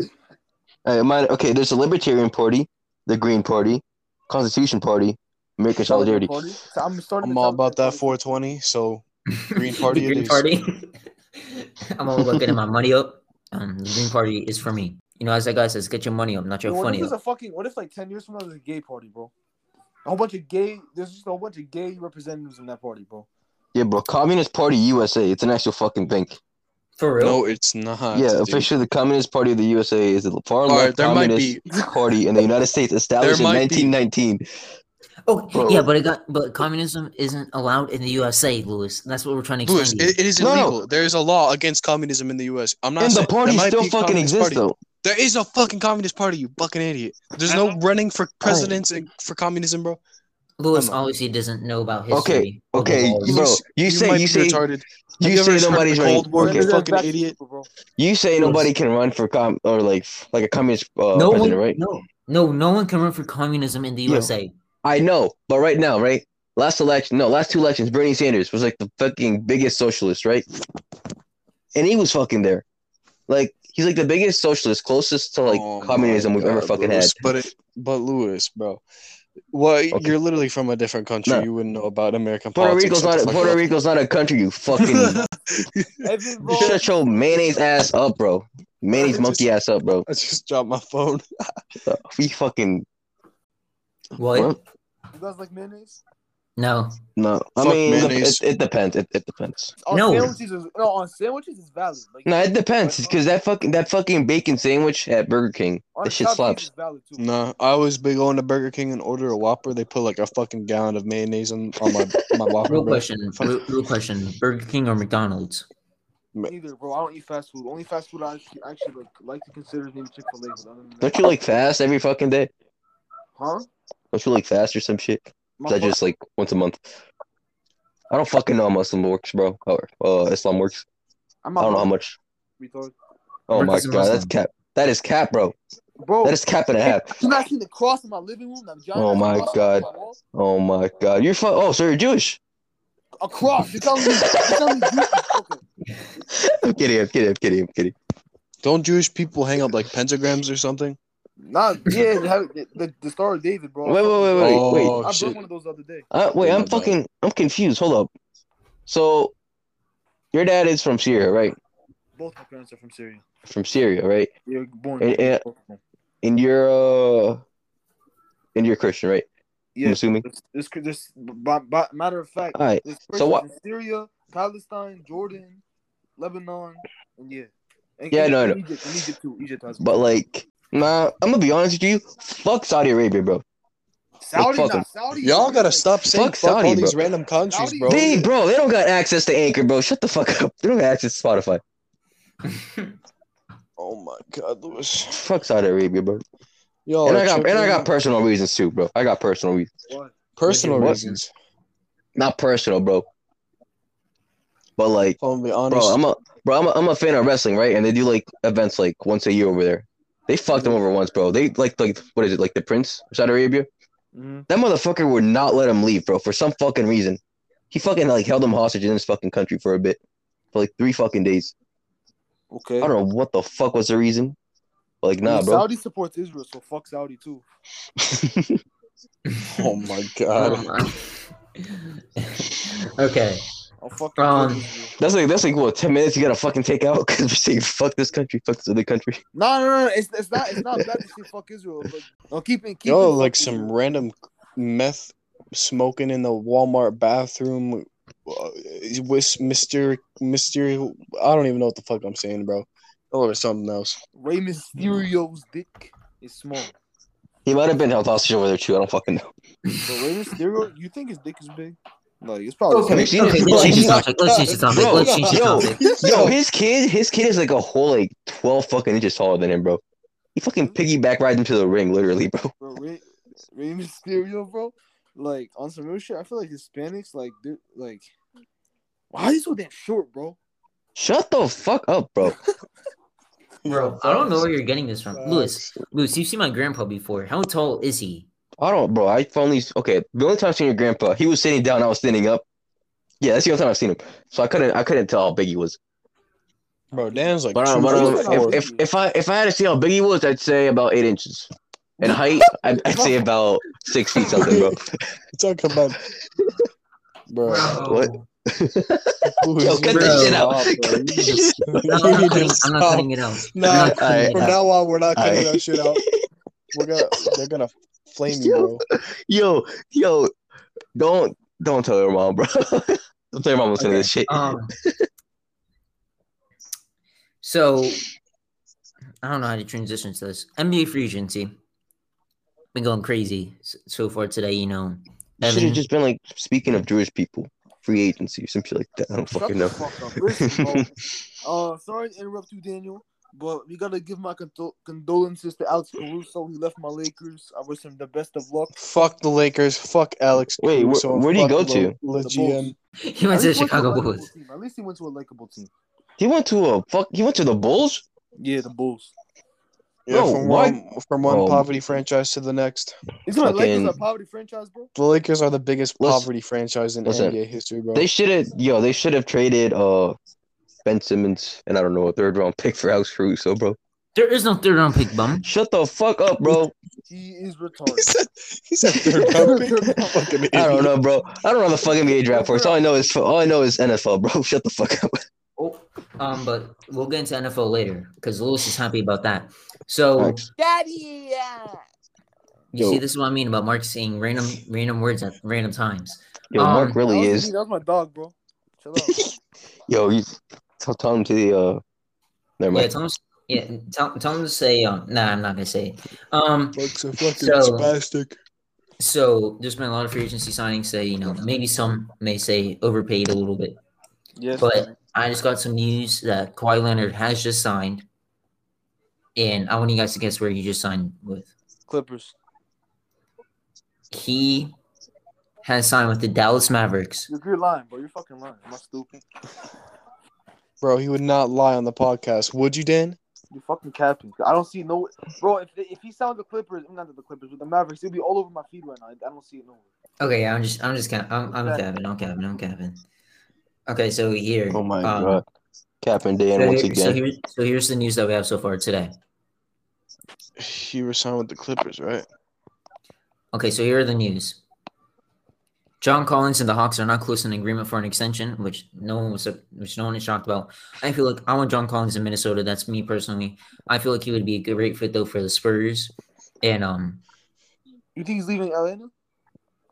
B: All right, mine- okay, there's the Libertarian Party, the Green Party, Constitution Party, American Solidarity.
D: Party. So I'm starting.
A: I'm
D: the
A: all
D: Taliban
A: about that
D: party.
A: 420. So Green Party
C: the
A: it
C: green
A: is.
C: party i'm all about getting my money up um the green party is for me you know as that guy says get your money up not your
D: Yo, what if
C: funny
D: there's
C: up.
D: a fucking? What if like ten years from now there's a gay party, bro? A whole bunch of gay. There's just a whole bunch of gay representatives in that party, bro.
B: Yeah, bro. Communist Party USA. It's an actual fucking thing.
C: for real
A: No, it's not.
B: yeah,
A: dude.
B: officially, the Communist Party of the USA is the far
A: All right,
B: left
A: there might
B: communist
A: be.
B: party in the United States established in
A: might be.
B: 1919.
C: oh
B: bro.
C: yeah but it got but communism isn't allowed in the usa lewis that's what we're trying to explain
A: Lewis,
C: to you.
A: it, it is
B: No, no.
A: illegal. There is a law against communism in the U.S. I'm not.
B: And the
A: saying- there
B: party
A: might
B: still
A: be a
B: fucking
A: communist
B: exists,
A: party.
B: though.
A: There is a fucking communist party. You fucking idiot. There's no running for presidents and for communism, bro.
C: Lewis obviously doesn't know about history.
B: Okay,
C: of the
B: okay,
C: laws.
B: bro. You say
A: Oh, might
B: you
A: be
B: say
A: retarded. Have
B: you
A: ever
B: say
A: heard of
B: nobody's
A: the
B: running.
A: Cold War, you
B: Okay.
A: fucking idiot.
D: bro.
B: You say nobody can run for com or like like a communist uh,
C: no one,
B: president, right?
C: no, no, no one can run for communism in the
B: Yeah.
C: USA.
B: I know, but right now, right? Last election, no, last two elections, Bernie Sanders was like the fucking biggest socialist, right? And he was fucking there. Like he's like the biggest socialist, closest to like
A: Oh my
B: communism we've ever
A: God,
B: fucking
A: Lewis.
B: had.
A: But it, but Lewis, bro, what
B: Okay.
A: you're literally from a different country.
B: No.
A: You wouldn't know about American
B: Puerto
A: politics.
B: Rico's not
A: Shut
B: a,
A: the fuck
B: Puerto
A: up.
B: Rico's not a country. You fucking
D: Evan, bro.
B: shut your mayonnaise ass up, bro. Mayonnaise
A: Just-
B: monkey ass up, bro.
A: I just dropped my phone.
B: We fucking
C: What?
B: What?
D: You guys like mayonnaise?
C: No.
B: no. I
A: Fuck
B: mean, look,
A: mayonnaise.
B: it, it depends. It, it depends.
D: On
C: No.
D: sandwiches is no on sandwiches is valid. Like,
B: No, it depends because that fucking that fucking bacon sandwich at Burger King,
D: on
B: that shit
D: South Beach
B: slaps.
D: is valid too.
A: No, I always be going to Burger King and order a Whopper. They put like a fucking gallon of mayonnaise on, on my my Whopper.
C: Real
A: bro.
C: question. Real, real question. Burger King or McDonald's?
D: Neither, bro. I don't eat fast food. Only fast food I actually, actually like like to consider is maybe Chick Fil A.
B: Don't you like fast every fucking day?
D: Huh?
B: Don't you like fast or some shit?
D: My
B: Is that
D: fault.
B: just like once a month? I don't fucking know how Muslim works, bro. Or uh, Islam works.
D: I'm
B: I
D: not
B: don't know how much.
D: retarded.
B: Oh my
C: Works is
B: god, that's
C: Muslim.
B: cap. That is cap, bro.
A: Oh.
D: Bro,
B: That is cap and a half.
D: you not seen the cross in my living room? That giant
B: Oh
D: ass
B: my
D: cross on
B: God.
D: wall?
B: Oh my god, you're fu- Oh, so you're Jewish?
D: A cross. You're telling me? You're telling me? You, okay.
B: I'm kidding. I'm kidding. I'm kidding. I'm kidding.
A: Don't Jewish people hang up like pentagrams or something?
D: Nah, yeah, they have- the, the, the Star of David, bro.
B: Wait, wait, wait, wait, wait.
A: oh
D: I
A: shit!
D: burned one of those the other day.
B: Uh, wait,
A: Oh my
B: I'm
A: God.
B: fucking. I'm confused. Hold up. So, your dad is from Syria, right?
D: Both my parents are from Syria.
B: From Syria, right?
D: They were born.
B: And, and,
D: both of them.
B: and you're uh, and you're Christian, right?
D: Yeah.
B: I'm assuming.
D: This, this, this by, by, matter of fact,
B: All right.
D: this
B: So what-
D: in Syria, Palestine, Jordan, Lebanon, and yeah. And,
B: Yeah, I know, I
D: and Egypt, and Egypt too. Egypt has.
B: But like, nah, I'm gonna be honest with you. Fuck Saudi Arabia, bro.
D: Saudi,
B: fuck
D: not
B: 'em.
D: Saudi.
A: Y'all
D: is
A: gotta
D: like-
A: stop saying fuck,
B: Fuck Saudi,
A: all these
B: bro.
A: random countries,
D: Saudi-
A: bro.
B: They, bro, they don't got access to Anchor, bro. Shut the fuck up. They don't got access to Spotify.
A: Oh my god, Lewis.
B: Fuck Saudi Arabia, bro.
A: Yo,
B: And I got and I got
A: tripping.
B: personal reasons too, bro. I got personal reasons.
D: What?
A: personal
B: What?
A: reasons.
B: Not personal, bro. But like,
A: If I'm gonna be honest,
B: bro, I'm a bro, I'm a, I'm a fan of wrestling, right? And they do like events like once a year over there. They fucked them over once, bro. They like like what is it like the prince of Saudi Arabia?
D: Mhm.
B: That motherfucker would not let him leave, bro, for some fucking reason. He fucking like held him hostage in his fucking country for a bit, for like three fucking days.
D: Okay.
B: I don't know what the fuck was the reason. But like, nah,
D: Well,
B: bro.
D: Saudi supports Israel, so fuck Saudi too.
A: oh my god.
B: Uh,
C: Um, okay.
D: I'll fuck
C: Um,
D: Israel.
B: that's like that's like what ten minutes you gotta fucking take out because we're saying fuck this country, fuck this other country.
D: No, no, no, no. It's, it's not. It's not bad to say fuck Israel, but no, keep it. Keep
A: Yo,
D: it
A: like
D: fuck
A: some
D: Israel.
A: random meth smoking in the Walmart bathroom uh, with Mister Mister. I don't even know what the fuck I'm saying, bro. Or something else.
D: Rey Mysterio's dick is small.
B: He might have been held hostage over there too. I don't fucking know.
D: But Rey Mysterio, you think his dick is big? Like it's probably.
B: Have you seen
C: Okay,
B: his
C: let's change the
B: kid? Like,
C: topic. Let's change the topic.
B: Oh, Bro,
C: Let's change the
B: yo.
C: topic.
B: yo, his kid, his kid is like a whole like twelve fucking inches taller than him, bro. He fucking piggyback rides into the ring, literally, bro.
D: bro, Rey, Rey Mysterio, bro. Like on some real shit, I feel like Hispanics, like, dude, like, why are you so damn short, bro?
B: Shut the fuck up, bro.
C: Bro, I don't know where you're getting this from. Lewis, Lewis, you've seen my grandpa before. How tall is he?
B: I don't, bro. I finally okay. The only time I've seen your grandpa, he was sitting down, I was standing up. Yeah, that's the only time I've seen him. So I couldn't, I couldn't tell how big he was.
A: Bro, Dan's like.
B: But, um,
A: two
B: but um,
A: foot four.
B: if, if if I if I had to see how big he was, I'd say about eight inches. And height, I'd, I'd say about six feet something, bro.
A: talking about, bro.
B: What? Yo, cut
C: this shit
B: out.
A: Stop, bro.
B: Cut
A: You
B: this
A: just-
C: No,
A: you
C: I'm not,
A: just
C: cutting, I'm not
A: stop.
C: cutting it out.
A: Nah,
C: I'm not cutting it
A: From
C: out.
A: now on, we're not cutting
B: Aight.
A: that shit out. We're gonna, they're gonna flame you, bro.
B: Yo, yo, don't don't tell your mom, bro. don't tell your mom listening to this shit.
C: Um, so I don't know how to transition to this NBA free agency. Been going crazy s- so far today. You know,
B: You should have
C: Evan.
B: just been like speaking of Jewish people, free agency or some shit like that. I don't
D: Shut
B: fucking
D: the
B: know.
D: fuck up. Listen, bro. Uh, sorry to interrupt you, Daniel. But we gotta give my condo- condolences to Alex Caruso. He left my Lakers. I wish him the best of luck.
A: Fuck the Lakers. Fuck Alex.
B: Wait, where,
A: Caruso,
B: where'd he
A: fuck
B: go
A: the-
B: to?
A: the
D: The
A: GM.
C: He went
D: At
C: to the
D: least a
C: Chicago
D: likable
C: Bulls.
D: Team. At least he went to a likable team.
B: He went to a fuck. He went to the Bulls.
D: Yeah, the Bulls.
A: Yeah,
B: Bro,
A: from
B: what?
A: one from one
B: Oh.
A: poverty franchise to the next.
D: Isn't the Lakers a
B: Fucking-
D: poverty franchise, bro?
A: The Lakers are the biggest
B: Listen-
A: poverty franchise in
B: listen.
A: NBA history, bro.
B: They should have. Yo, they should have traded uh Ben Simmons and I don't know a third round pick for Alex Caruso, bro.
C: There is no third round pick, bum.
B: Shut the fuck up, bro.
D: He is
A: he
D: retarded.
A: said, he said third round pick. Fucking
B: I don't
A: idiot.
B: know, bro. I don't know the fucking NBA draft for. All I know is all I know is NFL, bro. Shut the fuck up.
C: Oh, um, but we'll get into NFL later because Lewis is happy about that. So
B: Thanks.
D: Daddy. Yeah.
C: you see,
B: Yo.
C: this is what I mean about Mark saying random random words at random times.
B: Yo,
C: Um,
B: Mark really
D: that was
B: is.
D: me. That was my dog, bro. Chill out.
B: Yo, you tell, tell him to the uh. Never
C: Yeah,
B: mind.
C: tell him. Yeah, tell, tell him to say. Um, nah, I'm not gonna say it. Um,
A: Bucks are fucking
C: So-
A: spastic.
C: so there's been a lot of free agency signings. Say, you know, maybe some may say overpaid a little bit.
D: yes.
C: But-
D: man.
C: I just got some news that Kawhi Leonard has just signed, and I want you guys to guess where he just signed with.
D: Clippers.
C: He has signed with the Dallas Mavericks.
D: You're, you're lying, bro. You're fucking lying. Am I stupid?
A: Bro, he would not lie on the podcast, would you, Dan?
D: You fucking capping. I don't see no bro. If they, if he signed with the Clippers, not the Clippers, with the Mavericks, he'll be all over my feed right now. I don't see it nowhere.
C: Okay, I'm just, I'm just, ca- I'm, I'm
D: Exactly.
C: Gavin, I'm Gavin, I'm Gavin. Okay, so here.
B: Oh my
C: um,
B: god. Cap and Dan
C: So,
B: once
C: here- so
B: again.
C: here- so here's the news that we have so far today.
A: He resigned with the Clippers, right?
C: Okay, so here are the news. John Collins and the Hawks are not close to an agreement for an extension, which no one was, which no one is shocked about. I feel like I want John Collins in Minnesota. That's me personally. I feel like he would be a great fit though for the Spurs, and um,
D: You think he's leaving Atlanta?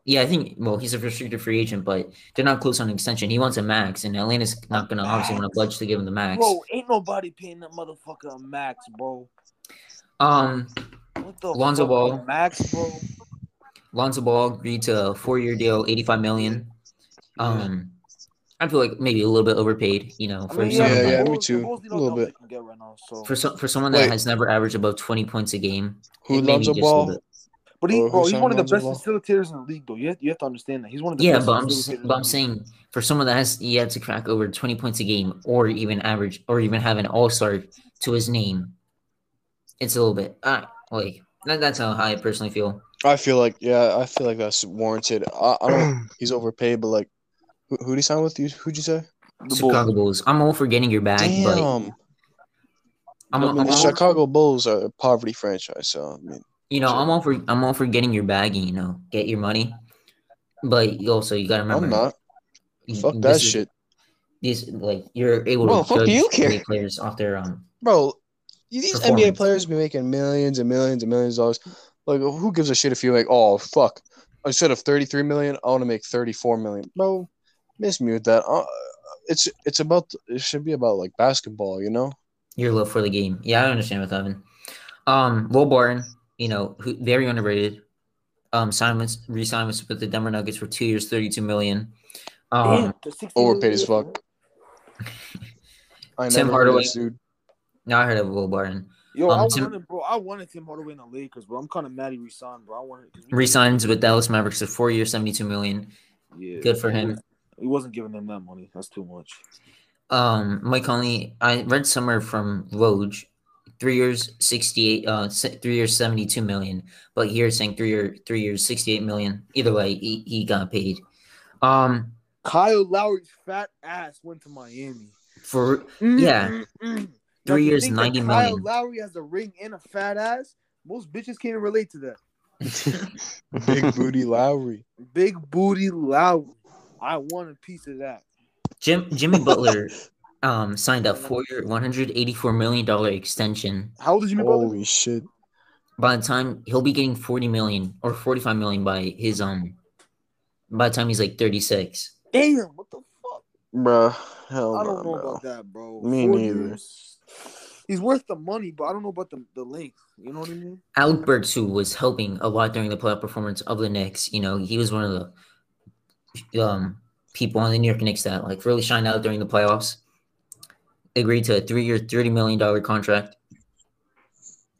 C: yeah, I think well he's a restricted free agent, but they're not close on an extension. He wants a max, and Atlanta's not gonna obviously want to budge to give him the max.
D: Bro, ain't nobody paying that motherfucker a max, bro.
C: Um,
D: What the
C: Lonzo
D: fuck,
C: Ball.
D: a max, bro.
C: Lonzo Ball agreed to a four-year deal, eighty-five million. Um, I feel like maybe a little bit overpaid, you know,
D: I
C: for
D: mean,
A: Yeah,
C: someone
A: yeah, me
C: that-
D: the Bulls- the
A: too.
D: Bulls need
A: A little
D: all the help
A: bit.
D: they can get right now, so.
C: for so, for someone that
A: Wait.
C: has never averaged above twenty points a game.
A: Who
C: it may be
A: loves a
C: just
A: ball?
C: little
D: but he,
A: Or
D: bro, he's
A: Hassan
D: one of the
A: Lonzo
D: best
A: Ball.
D: facilitators in the league, though. You have, you have to understand that he's one of
C: bit.
D: the
C: Yeah,
D: best.
C: but I'm
D: facilitators
C: s-
D: in
C: but
D: the
C: I'm
D: league.
C: saying for someone that has he had to crack over twenty points a game or even average or even have an all star to his name, it's a little bit. Uh, like that, that's how I personally feel.
A: I feel like, yeah, I feel like that's warranted. I, I don't. He's overpaid, but like, who who did he sign with? You who'd you say?
D: the Bulls.
C: Chicago Bulls. I'm all for getting your bag, but
A: Damn,
C: I'm,
A: I mean,
C: I'm
A: the
C: all,
A: Chicago Bulls are a poverty franchise, so I mean,
C: you know I'm all for I'm all for getting your bag. and, You know, get your money, but you also you gotta remember
A: I'm not.
C: you-
A: Fuck
C: this
A: that
C: is-
A: shit,
C: These like you're able
B: Bro,
C: to
B: fuck
C: judge
B: do you care?
C: NBA players off their um
A: bro. These NBA
C: Performance.
A: players be making millions and millions and millions of dollars. Like, who gives a shit if you make? Oh fuck! Instead of thirty-three million, I want to make thirty-four million, bro. Miss me with that. Uh, it's it's about it should be about like basketball, you know.
C: your love for the game. Yeah, I understand with Evan. Um, Will Barton, you know, who, very underrated. Um, signed with re-signed with, with the Denver Nuggets for two years, thirty-two million. Um,
D: Damn, they're 16
A: Overpaid as
D: million.
A: fuck. I
C: Tim
A: never heard of
C: Hardaway.
A: this dude.
C: now I heard of Will Barton.
D: Yo,
C: Um,
D: I
C: Tim-
D: wanted, bro. I wanted Tim Hardaway in the Lakers, bro. I'm kind of mad he resigned, bro. I wanted. 'cause we-
C: Resigns with Dallas Mavericks for four years, seventy-two million.
D: Yeah.
C: Good for him.
D: He wasn't giving them that money. That's too much.
C: Um, Mike Conley, I read somewhere from Woj, three years, sixty-eight, uh, se- three years, seventy-two million. But here it's saying three year, three years, sixty-eight million. Either way, he, he got paid. Um,
D: Kyle Lowry's fat ass went to Miami.
C: for
A: Mm-hmm.
C: Yeah.
D: Now,
C: Three
D: you
C: years,
D: think that
C: 90
D: Kyle
C: million.
D: Lowry has a ring and a fat ass. Most bitches can't even relate to that.
A: Big booty Lowry.
D: Big booty Lowry. I want a piece of that.
C: Jim Jimmy Butler um signed a four year one hundred eighty four million dollar extension.
D: How old is Jimmy Butler?
A: Holy shit.
C: By the time he'll be getting forty million or forty five million by his um by the time he's like thirty six.
D: Damn, what the fuck?
A: Bruh. Hell
D: I don't know
A: Oh, no, bro.
D: about that, bro.
A: Me neither.
D: years. He's worth the money, but I don't know about the, the length. You know what I mean?
C: Alec Burks, who was helping a lot during the playoff performance of the Knicks, you know, he was one of the um people on the New York Knicks that like really shined out during the playoffs. agreed to a three year, thirty million dollar contract,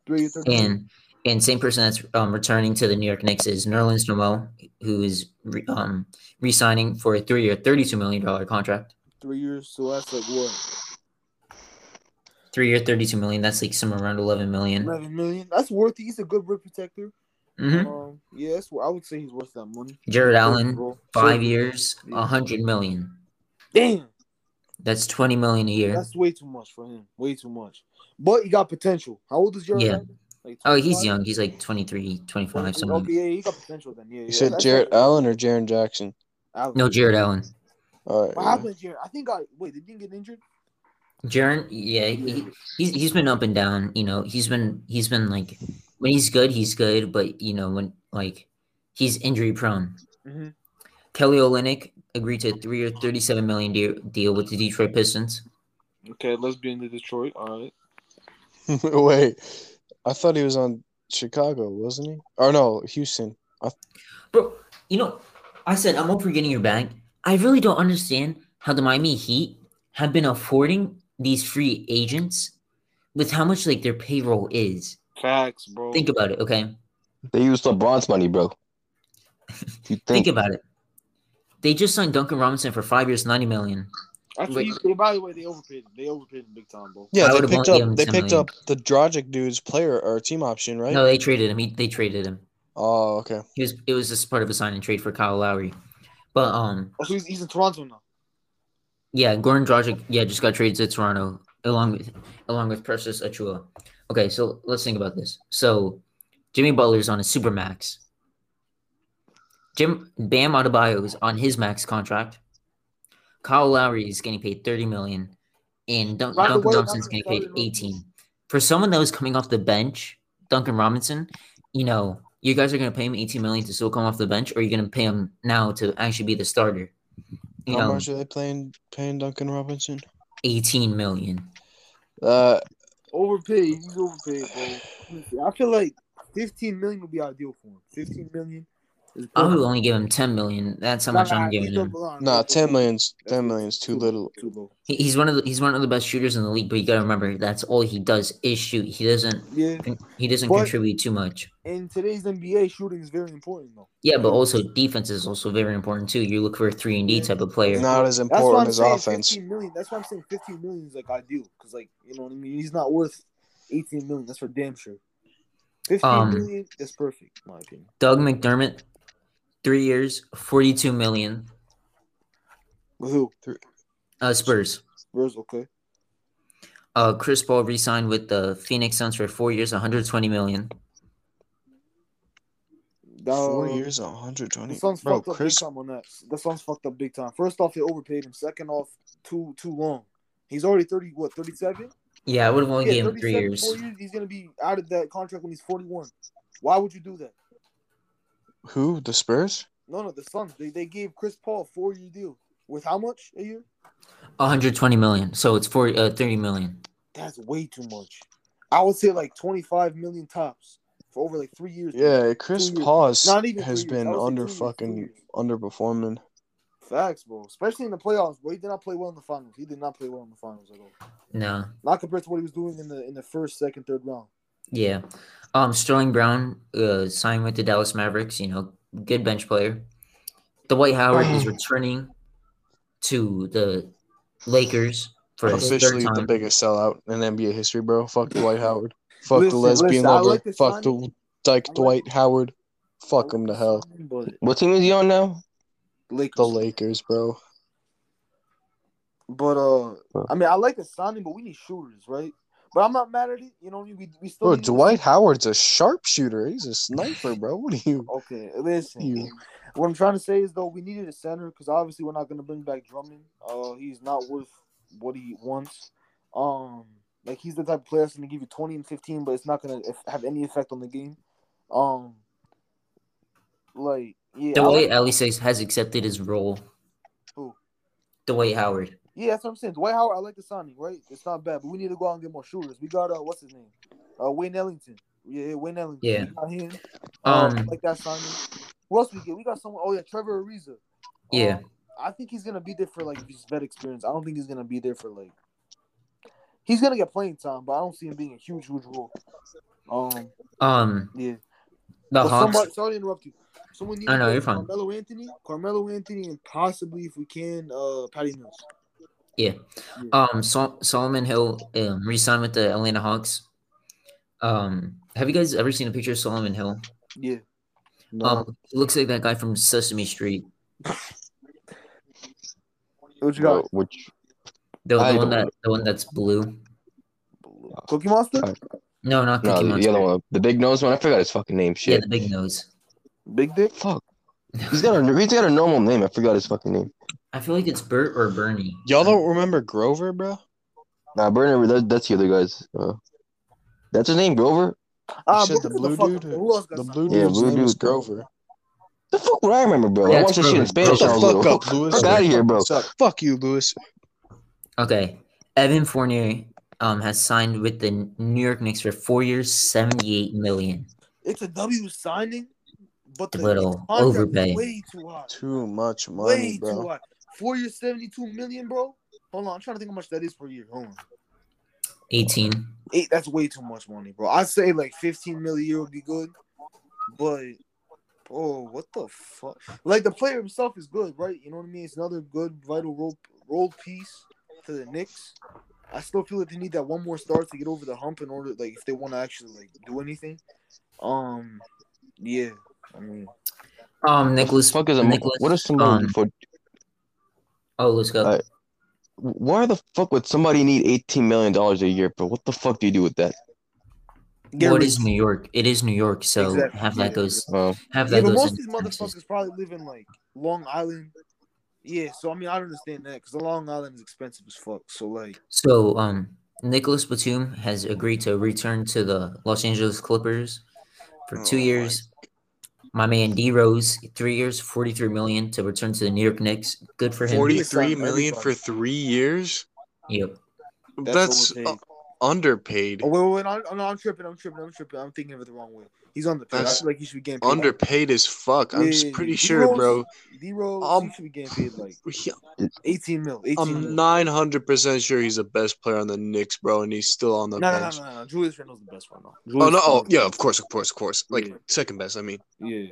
D: Three, thirty.
C: and and same person that's um, returning to the New York Knicks is Nerlens Noel, who is re- um, re-signing for a three year, thirty two million dollar contract.
D: three years. So that's like what?
C: Three year, thirty two million. That's like somewhere around eleven million.
D: Eleven million. That's worth it. He's a good rim protector.
C: Mm-hmm.
D: Um, yeah, that's what I would say he's worth that money.
C: Jared Allen,
D: Bro.
C: five
D: So-
C: years, a hundred million.
D: Damn,
C: That's twenty million a year.
D: that's way too much for him. Way too much. But he got potential. How old is Jared?
C: Yeah.
D: Allen? Like
C: Oh, he's
D: 25?
C: young. He's like 23, 25,
D: Okay,
C: something.
D: yeah, he got potential then. Yeah, yeah.
B: You said uh,
D: That's
B: Jarrett
D: not-
B: Allen or Jaron Jackson?
D: Allen.
C: No, Jared Allen.
B: All right.
D: What
B: yeah.
D: happened to Jared? I think I wait. They didn't get injured.
C: Jaron, yeah, he, he's he's been up and down. You know, he's been he's been like when he's good, he's good, but you know when like he's injury prone.
D: Mhm.
C: Kelly Olynyk agreed to a three-year, thirty-seven million deal, deal with the Detroit Pistons.
D: Okay, let's be into Detroit. All right.
B: Wait, I thought he was on Chicago, wasn't he? Or no, Houston.
C: Bro, you know, I said I'm up for getting your bag. I really don't understand how the Miami Heat have been affording these free agents with how much like their payroll is.
D: Facts, bro.
C: Think about it, okay?
B: They used LeBron's money, bro. You
C: Think about it. They just signed Duncan Robinson for five years, ninety million.
D: Actually,
C: Wait.
D: you- by the way, they overpaid. They overpaid him big time, bro.
C: I
B: Yeah, they
C: would've
B: picked
C: only given
B: up. They
C: $10
B: picked
C: million.
B: up the Drogic dude's player or team option, right?
C: No, they traded him. He, they traded him.
B: Oh, okay.
C: He was it was just part of a sign and trade for Kyle Lowry. But um,
D: Oh, so he's, he's in Toronto now.
C: yeah, Goran Dragic, yeah, just got traded to Toronto along with along with Precious Achua. Okay, so let's think about this. So Jimmy Butler's on a super max. Jim Bam Adebayo is on his max contract. Kyle Lowry is getting paid thirty million, and Dun-
D: By the
C: Duncan
D: way,
C: Robinson's getting
D: Duncan
C: paid
D: Robinson-
C: eighteen. For someone that was coming off the bench, Duncan Robinson, you know, you guys are going to pay him eighteen million to still come off the bench, or are you going to pay him now to actually be the starter? You
B: How
C: know,
B: much are they playing paying Duncan Robinson?
C: eighteen million.
B: Uh,
D: Overpaid. He's overpaid, bro. I feel like 15 million would be ideal for him. 15 million. Is
C: I would
D: perfect.
C: only give him ten million. That's how
D: Nah,
C: much
D: nah,
C: I'm giving
D: he's
C: him.
D: double on.
B: nah,
D: That's
B: ten
D: too-
B: millions. Ten millions too little.
D: Too low.
C: He- He's one of the he's one of the best shooters in the league, but you got to remember that's all he does is shoot. He doesn't
D: Yeah.
C: he doesn't
D: But-
C: contribute too much.
D: In today's NBA, shooting is very important, though.
C: Yeah, but also defense is also very important too. You look for a three and D type of player.
B: Not as
D: That's why
B: important
D: I'm
B: as
D: saying
B: offense.
D: 15 million. That's why I'm saying 15 million is like ideal because, like, you know what I mean. He's not worth 18 million. That's for damn sure. Fifteen million
C: Um,
D: is perfect, in my opinion.
C: Doug McDermott, three years, forty two million.
D: With who?
C: Uh, Spurs.
D: Spurs, okay.
C: Uh, Chris Paul re-signed with the Phoenix Suns for four years, one hundred twenty million.
B: Four
D: Um,
B: years, one hundred
D: The
B: twenty.
D: Suns
B: Bro,
D: fucked up
B: Chris
D: big time on that. The Suns fucked up big time. First off, they overpaid him. Second off, too too long. He's already thirty. What thirty seven?
C: Yeah, I would have only
D: Yeah,
C: gave him three
D: 37,
C: years.
D: Four years. He's gonna be out of that contract when he's forty one. Why would you do that?
B: Who? The Spurs?
D: No, no. The Suns they, they gave Chris Paul a four year deal with how much a year?
C: One hundred twenty million. So it's for uh, thirty million.
D: That's way too much. I would say like twenty five million tops for over like three years.
B: Yeah, Chris
D: Two years.
B: Paul has,
D: Not even
B: has
D: three years.
B: been
D: I would say
B: under
D: two years, two
B: fucking
D: years.
B: underperforming.
D: Facts, bro. Especially in the playoffs, bro. He did not play well in the finals. He did not play well in the finals at all.
C: No.
D: Not compared to what he was doing in the in the first, second, third round.
C: Yeah. Um, Sterling Brown uh, signed with the Dallas Mavericks, you know, good bench player. Dwight Howard is returning to the Lakers for his third
B: Officially the
C: time.
B: biggest sellout in NBA history, bro. Fuck Dwight Howard. Fuck the
D: Listen,
B: lesbian
D: listen, I
B: lover.
D: like this
B: Fuck the dyke
D: I like-
B: Dwight Howard. Fuck him to hell.
D: But
B: What team is he on now?
D: Lakers.
B: The Lakers, bro.
D: But uh, I mean, I like the signing, but we need shooters, right? But I'm not mad at it. You know, we we still.
B: Bro,
D: need-
B: Dwight Howard's a sharpshooter. He's a sniper, bro. What are you?
D: Okay, listen.
B: You.
D: What I'm trying to say is though, we needed a center because obviously we're not going to bring back Drummond. Uh, he's not worth what he wants. Um, like he's the type of player that's going to give you 20 and 15, but it's not going to have any effect on the game. Um, like yeah, I
C: Dwight
D: like-
C: at least has- has accepted his role.
D: Who?
C: Dwight Howard.
D: yeah, that's what I'm saying. Dwight Howard, I like the signing, right? It's not bad, but we need to go out and get more shooters. We got uh, what's his name? Uh, Wayne Ellington. Yeah, yeah, Wayne Ellington.
C: Yeah.
D: We got him.
C: Um,
D: Um, like that signing. Who else we get? We got someone. Oh yeah, Trevor Ariza. Um,
C: Yeah.
D: I think he's gonna be there for like his vet experience. I don't think he's gonna be there for like He's gonna get playing time, but I don't see him being a huge, huge role. Um,
C: Um,
D: yeah.
C: the
D: But
C: Hawks.
D: somebody- sorry to interrupt you. Someone needs
C: Oh, no,
D: to
C: you're
D: play
C: fine.
D: Carmelo Anthony, Carmelo Anthony, and possibly if we can, uh, Patty Mills.
C: Yeah. Um, Sol- Solomon Hill um, re-signed with the Atlanta Hawks. Um, have you guys ever seen a picture of Solomon Hill?
D: Yeah. No.
C: Um, he looks like that guy from Sesame Street.
D: what you
B: Bro,
D: got?
B: which
C: The,
B: I
C: the one
B: don't-
C: that the one that's blue.
D: Cookie Monster?
B: Alright.
C: No, not
B: no,
C: Cookie
B: the, the
C: Monster.
B: other one, the big nose one. I forgot his fucking name.
C: yeah,
B: Shit.
C: the big nose.
D: Big Dick?
B: Fuck. He's got a he's got a normal name. I forgot his fucking name.
C: I feel like it's Bert or Bernie.
A: Y'all don't remember Grover, bro?
B: Nah, Brenner. That, that's the other guy's. Uh, that's his name, Grover.
D: Ah,
A: said
D: but
A: the
D: who
A: blue
D: fuck-
A: dude?
D: Who else got
A: The
D: the
A: blue
B: Yeah,
A: dude's
B: blue
A: name is
B: dude.
A: Grover.
B: The fuck would I remember, bro? I
C: That's
B: watched this shit in
C: Grover.
A: Shut
B: Spanish.
A: the
B: when I was
A: fuck
B: little.
A: up, Lewis.
B: Fuck outta here, bro.
A: Suck. Fuck you, Lewis.
C: Okay, Evan Fournier um has signed with the New York Knicks for four years, seventy-eight million.
D: It's a W signing, but the
C: Little
D: contract is
C: overpay.
D: way too high.
A: Too much
D: Way
A: money,
D: too
A: bro.
D: high. Four years, seventy-two million, bro. Hold on, I'm trying to think how much that is per year. Hold on,
C: Eighteen.
D: eight. That's way too much money, bro. I'd say like fifteen million a year would be good, but bro, what the fuck? Like the player himself is good, right? You know what I mean? It's another good vital role role piece to the Knicks. I still feel that they need that one more star to get over the hump in order, like if they want to actually like do anything. Um, yeah. I mean,
C: Um, Nicholas.
B: Fuck is a mo-
C: Nicholas,
B: what is
C: um,
B: somebody for?
C: Oh, let's go.
B: Alright. Why the fuck would somebody need eighteen million dollars a year, bro? What the fuck do you do with that?
D: get
C: Well, it
D: rid-
C: is New York? It is New York, so
D: Exactly,
C: half that
D: yeah.
C: goes.
B: Uh,
C: Half
D: Yeah,
C: that
D: but
C: goes.
D: most
C: in
D: of these
C: taxes.
D: motherfuckers probably live in like Long Island. Yeah, so I mean, I don't understand that because Long Island is expensive as fuck. So like,
C: So, um, Nicholas Batum has agreed to return to the Los Angeles Clippers for
A: Oh
C: two
A: my
C: years. My man D Rose, three years, forty-three million to return to the New York Knicks. Good for him.
A: Forty-three
D: Signed
A: million
D: everybody.
A: for three years.
C: Yep.
A: That's,
D: overpaid.
A: uh, underpaid.
D: oh wait, wait, wait no, no, I'm tripping, I'm tripping, I'm tripping, I'm thinking of it the wrong way. He's on the pay. I
A: That's
D: feel like he should be getting paid.
A: Underpaid as fuck. I'm s-
D: Yeah,
A: pretty
D: D
A: sure,
D: Rose-
A: bro.
D: D Rose,
A: Um,
D: he should be getting paid like
A: He-
D: 18 mil. 18 mil.
A: I'm 900 percent sure he's the best player on the Knicks, bro, and he's still on the
D: no, no, no,
A: bench.
D: no, no. Julius Randle's the best right now.
A: Oh
D: Julius
A: no! Oh
D: Randle's the
A: yeah, of
D: best.
A: course, of course, of course. Like
D: Yeah.
A: second best. I mean,
D: Yeah.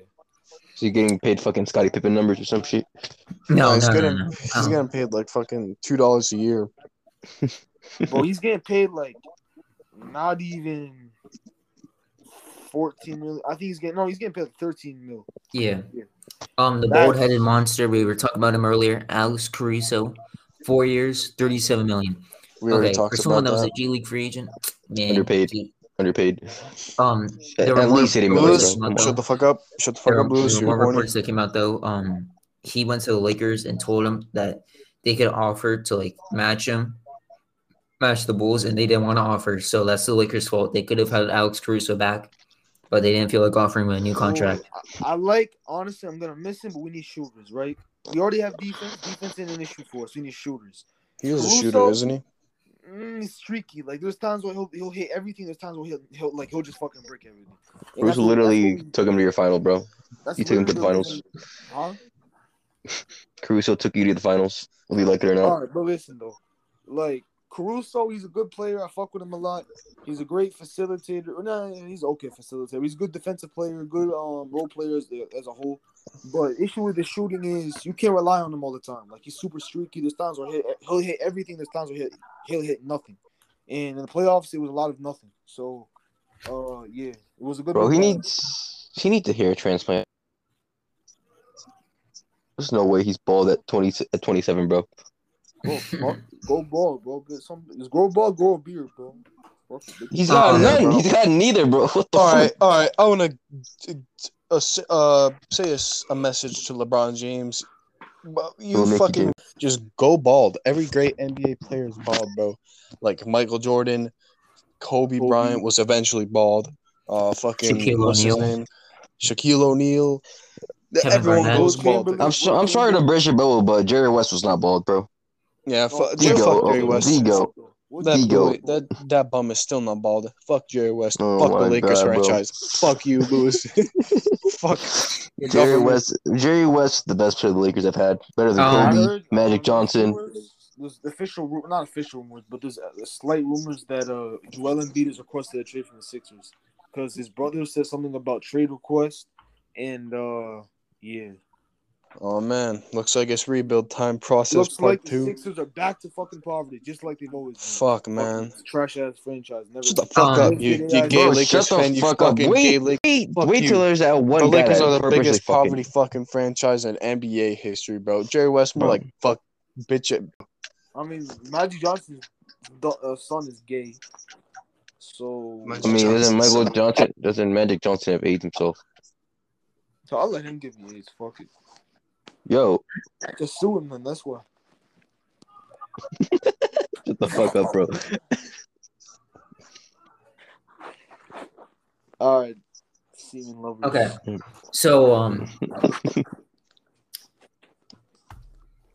B: so you're getting paid fucking Scottie Pippen numbers or some shit.
C: No,
A: he's
C: no, no,
A: getting
C: no.
A: he's
C: Oh.
A: getting paid like fucking two dollars a year.
D: Bro, he's getting paid like not even 14 mil. I think he's getting no, he's getting paid like 13 mil.
C: Yeah.
D: Yeah.
C: Um, the
D: That's-
C: bald-headed monster. We were talking about him earlier. Alex Caruso, four years, thirty-seven million.
A: We
C: okay,
A: already
C: for
A: talked
C: someone
A: about
C: that was
A: that.
C: a G League free agent, man,
B: Underpaid.
C: he-
B: Underpaid.
C: um,
B: At,
C: There were
B: at
C: more
B: least eighty million,
A: Lewis,
C: rumors about
B: bro. Come
C: that.
B: on.
A: shut the fuck up! Shut the fuck
C: there
A: up,
C: were-
A: Lewis.
C: there were
A: You're
C: more
A: horny.
C: reports that came out though. Um, he went to the Lakers and told him that they could offer to like match him, match the Bulls, and they didn't want to offer. So that's the Lakers' fault. They could have had Alex Caruso back, but they didn't feel like offering him a new contract.
D: So, I, I like honestly, I'm gonna miss him, but we need shooters, right? We already have defense. Defense ain't an issue for us. We need shooters.
A: He was a
D: Caruso-
A: shooter, isn't he?
D: Mm, he's streaky. Like there's times where he'll he'll hit everything. There's times where he'll, he'll like he'll just fucking break everything. And
B: Bruce
D: that's what-
B: literally
D: that's what we-
B: took him to your final, bro.
D: that's
B: he took him to the
D: literally-
B: finals.
D: Huh?
B: Caruso took you to the finals, whether you like it or
D: All
B: not.
D: right, but listen though, like Caruso, he's a good player. I fuck with him a lot. He's a great facilitator. No, he's okay facilitator. He's a good defensive player, good um role player as, as a whole. But issue with the shooting is you can't rely on him all the time. Like he's super streaky. There's times where he'll, he'll hit everything. There's times where he'll, he'll hit nothing. And in the playoffs, it was a lot of nothing. So, uh, yeah, it was a good.
B: Bro, he
D: run.
B: needs he needs a hair transplant. There's no way he's bald at twenty at twenty seven, bro.
D: Bro, bro, go ball, bro. Get some, just grow ball, grow a beard, bro. Work it, bitch.
B: He's got
C: Oh, yeah,
B: none.
A: bro.
B: He's got neither, bro. What the
A: All
B: fuck?
A: right, all right. I want to uh, s- uh, say a, s- a message to LeBron James. Well,
B: We'll make
A: You
B: you
A: fucking
B: do.
A: just go bald. Every great NBA player is bald, bro. Like Michael Jordan, Kobe,
D: Kobe.
A: Bryant was eventually bald. Uh, fucking
C: Shaquille
A: what's his
C: O'Neal.
A: name? Shaquille O'Neal.
C: Kevin
A: Everyone
C: Garnett.
A: goes bald.
D: Chamberlain.
B: I'm so, I'm sorry to burst your bubble, but Jerry West was not bald, bro.
A: Yeah, fu-
D: Oh,
A: Joe,
B: Ego.
A: fuck Jerry West.
B: Ego.
A: That
B: Ego.
A: boy, that that bum is still not bald. Fuck Jerry West.
B: Oh
A: fuck the
B: my
A: Lakers
B: God, bro.
A: franchise. Fuck you, Lewis. fuck the
B: Jerry
A: government.
B: West. Jerry West, the best player the Lakers have had. Better than
C: Um,
B: Kobe, Magic Johnson.
D: there's official ru- not official rumors, but there's uh, slight rumors that uh Joel Embiid has requested a trade from the Sixers because his brother said something about trade request, and uh yeah,
A: Oh man, looks like it's rebuild time process
D: looks
A: part
D: like the
A: two.
D: Sixers are back to fucking poverty, just like they've always been.
A: Fuck man,
D: trash ass franchise. Never
A: shut the
D: been.
A: fuck
C: Um,
A: up, you
D: Bro,
A: you gay
B: Bro,
A: Lakers
B: shut the
A: fan, you
B: fuck up.
A: fucking gay
B: Wait,
A: Lakers.
B: wait,
A: Fuck
B: wait
A: you.
B: till there's that one
A: The
B: guy
A: Lakers
B: that
A: are the
B: purposely
A: biggest
B: fucking-
A: poverty fucking franchise in NBA history, bro. Jerry Westbrook,
B: Bro.
A: like fuck, bitch. uh, it-
D: I mean, Magic Johnson's da- uh, son is gay, so
A: Magic-
B: I mean,
A: Johnson,
B: doesn't Michael
A: son.
B: Johnson, doesn't Magic Johnson have AIDS himself?
D: so I'll let him give me AIDS. Fuck it,
B: Yo,
D: just sue him then. That's why.
B: shut the fuck up, bro.
D: All right, semen lover.
C: Okay. So um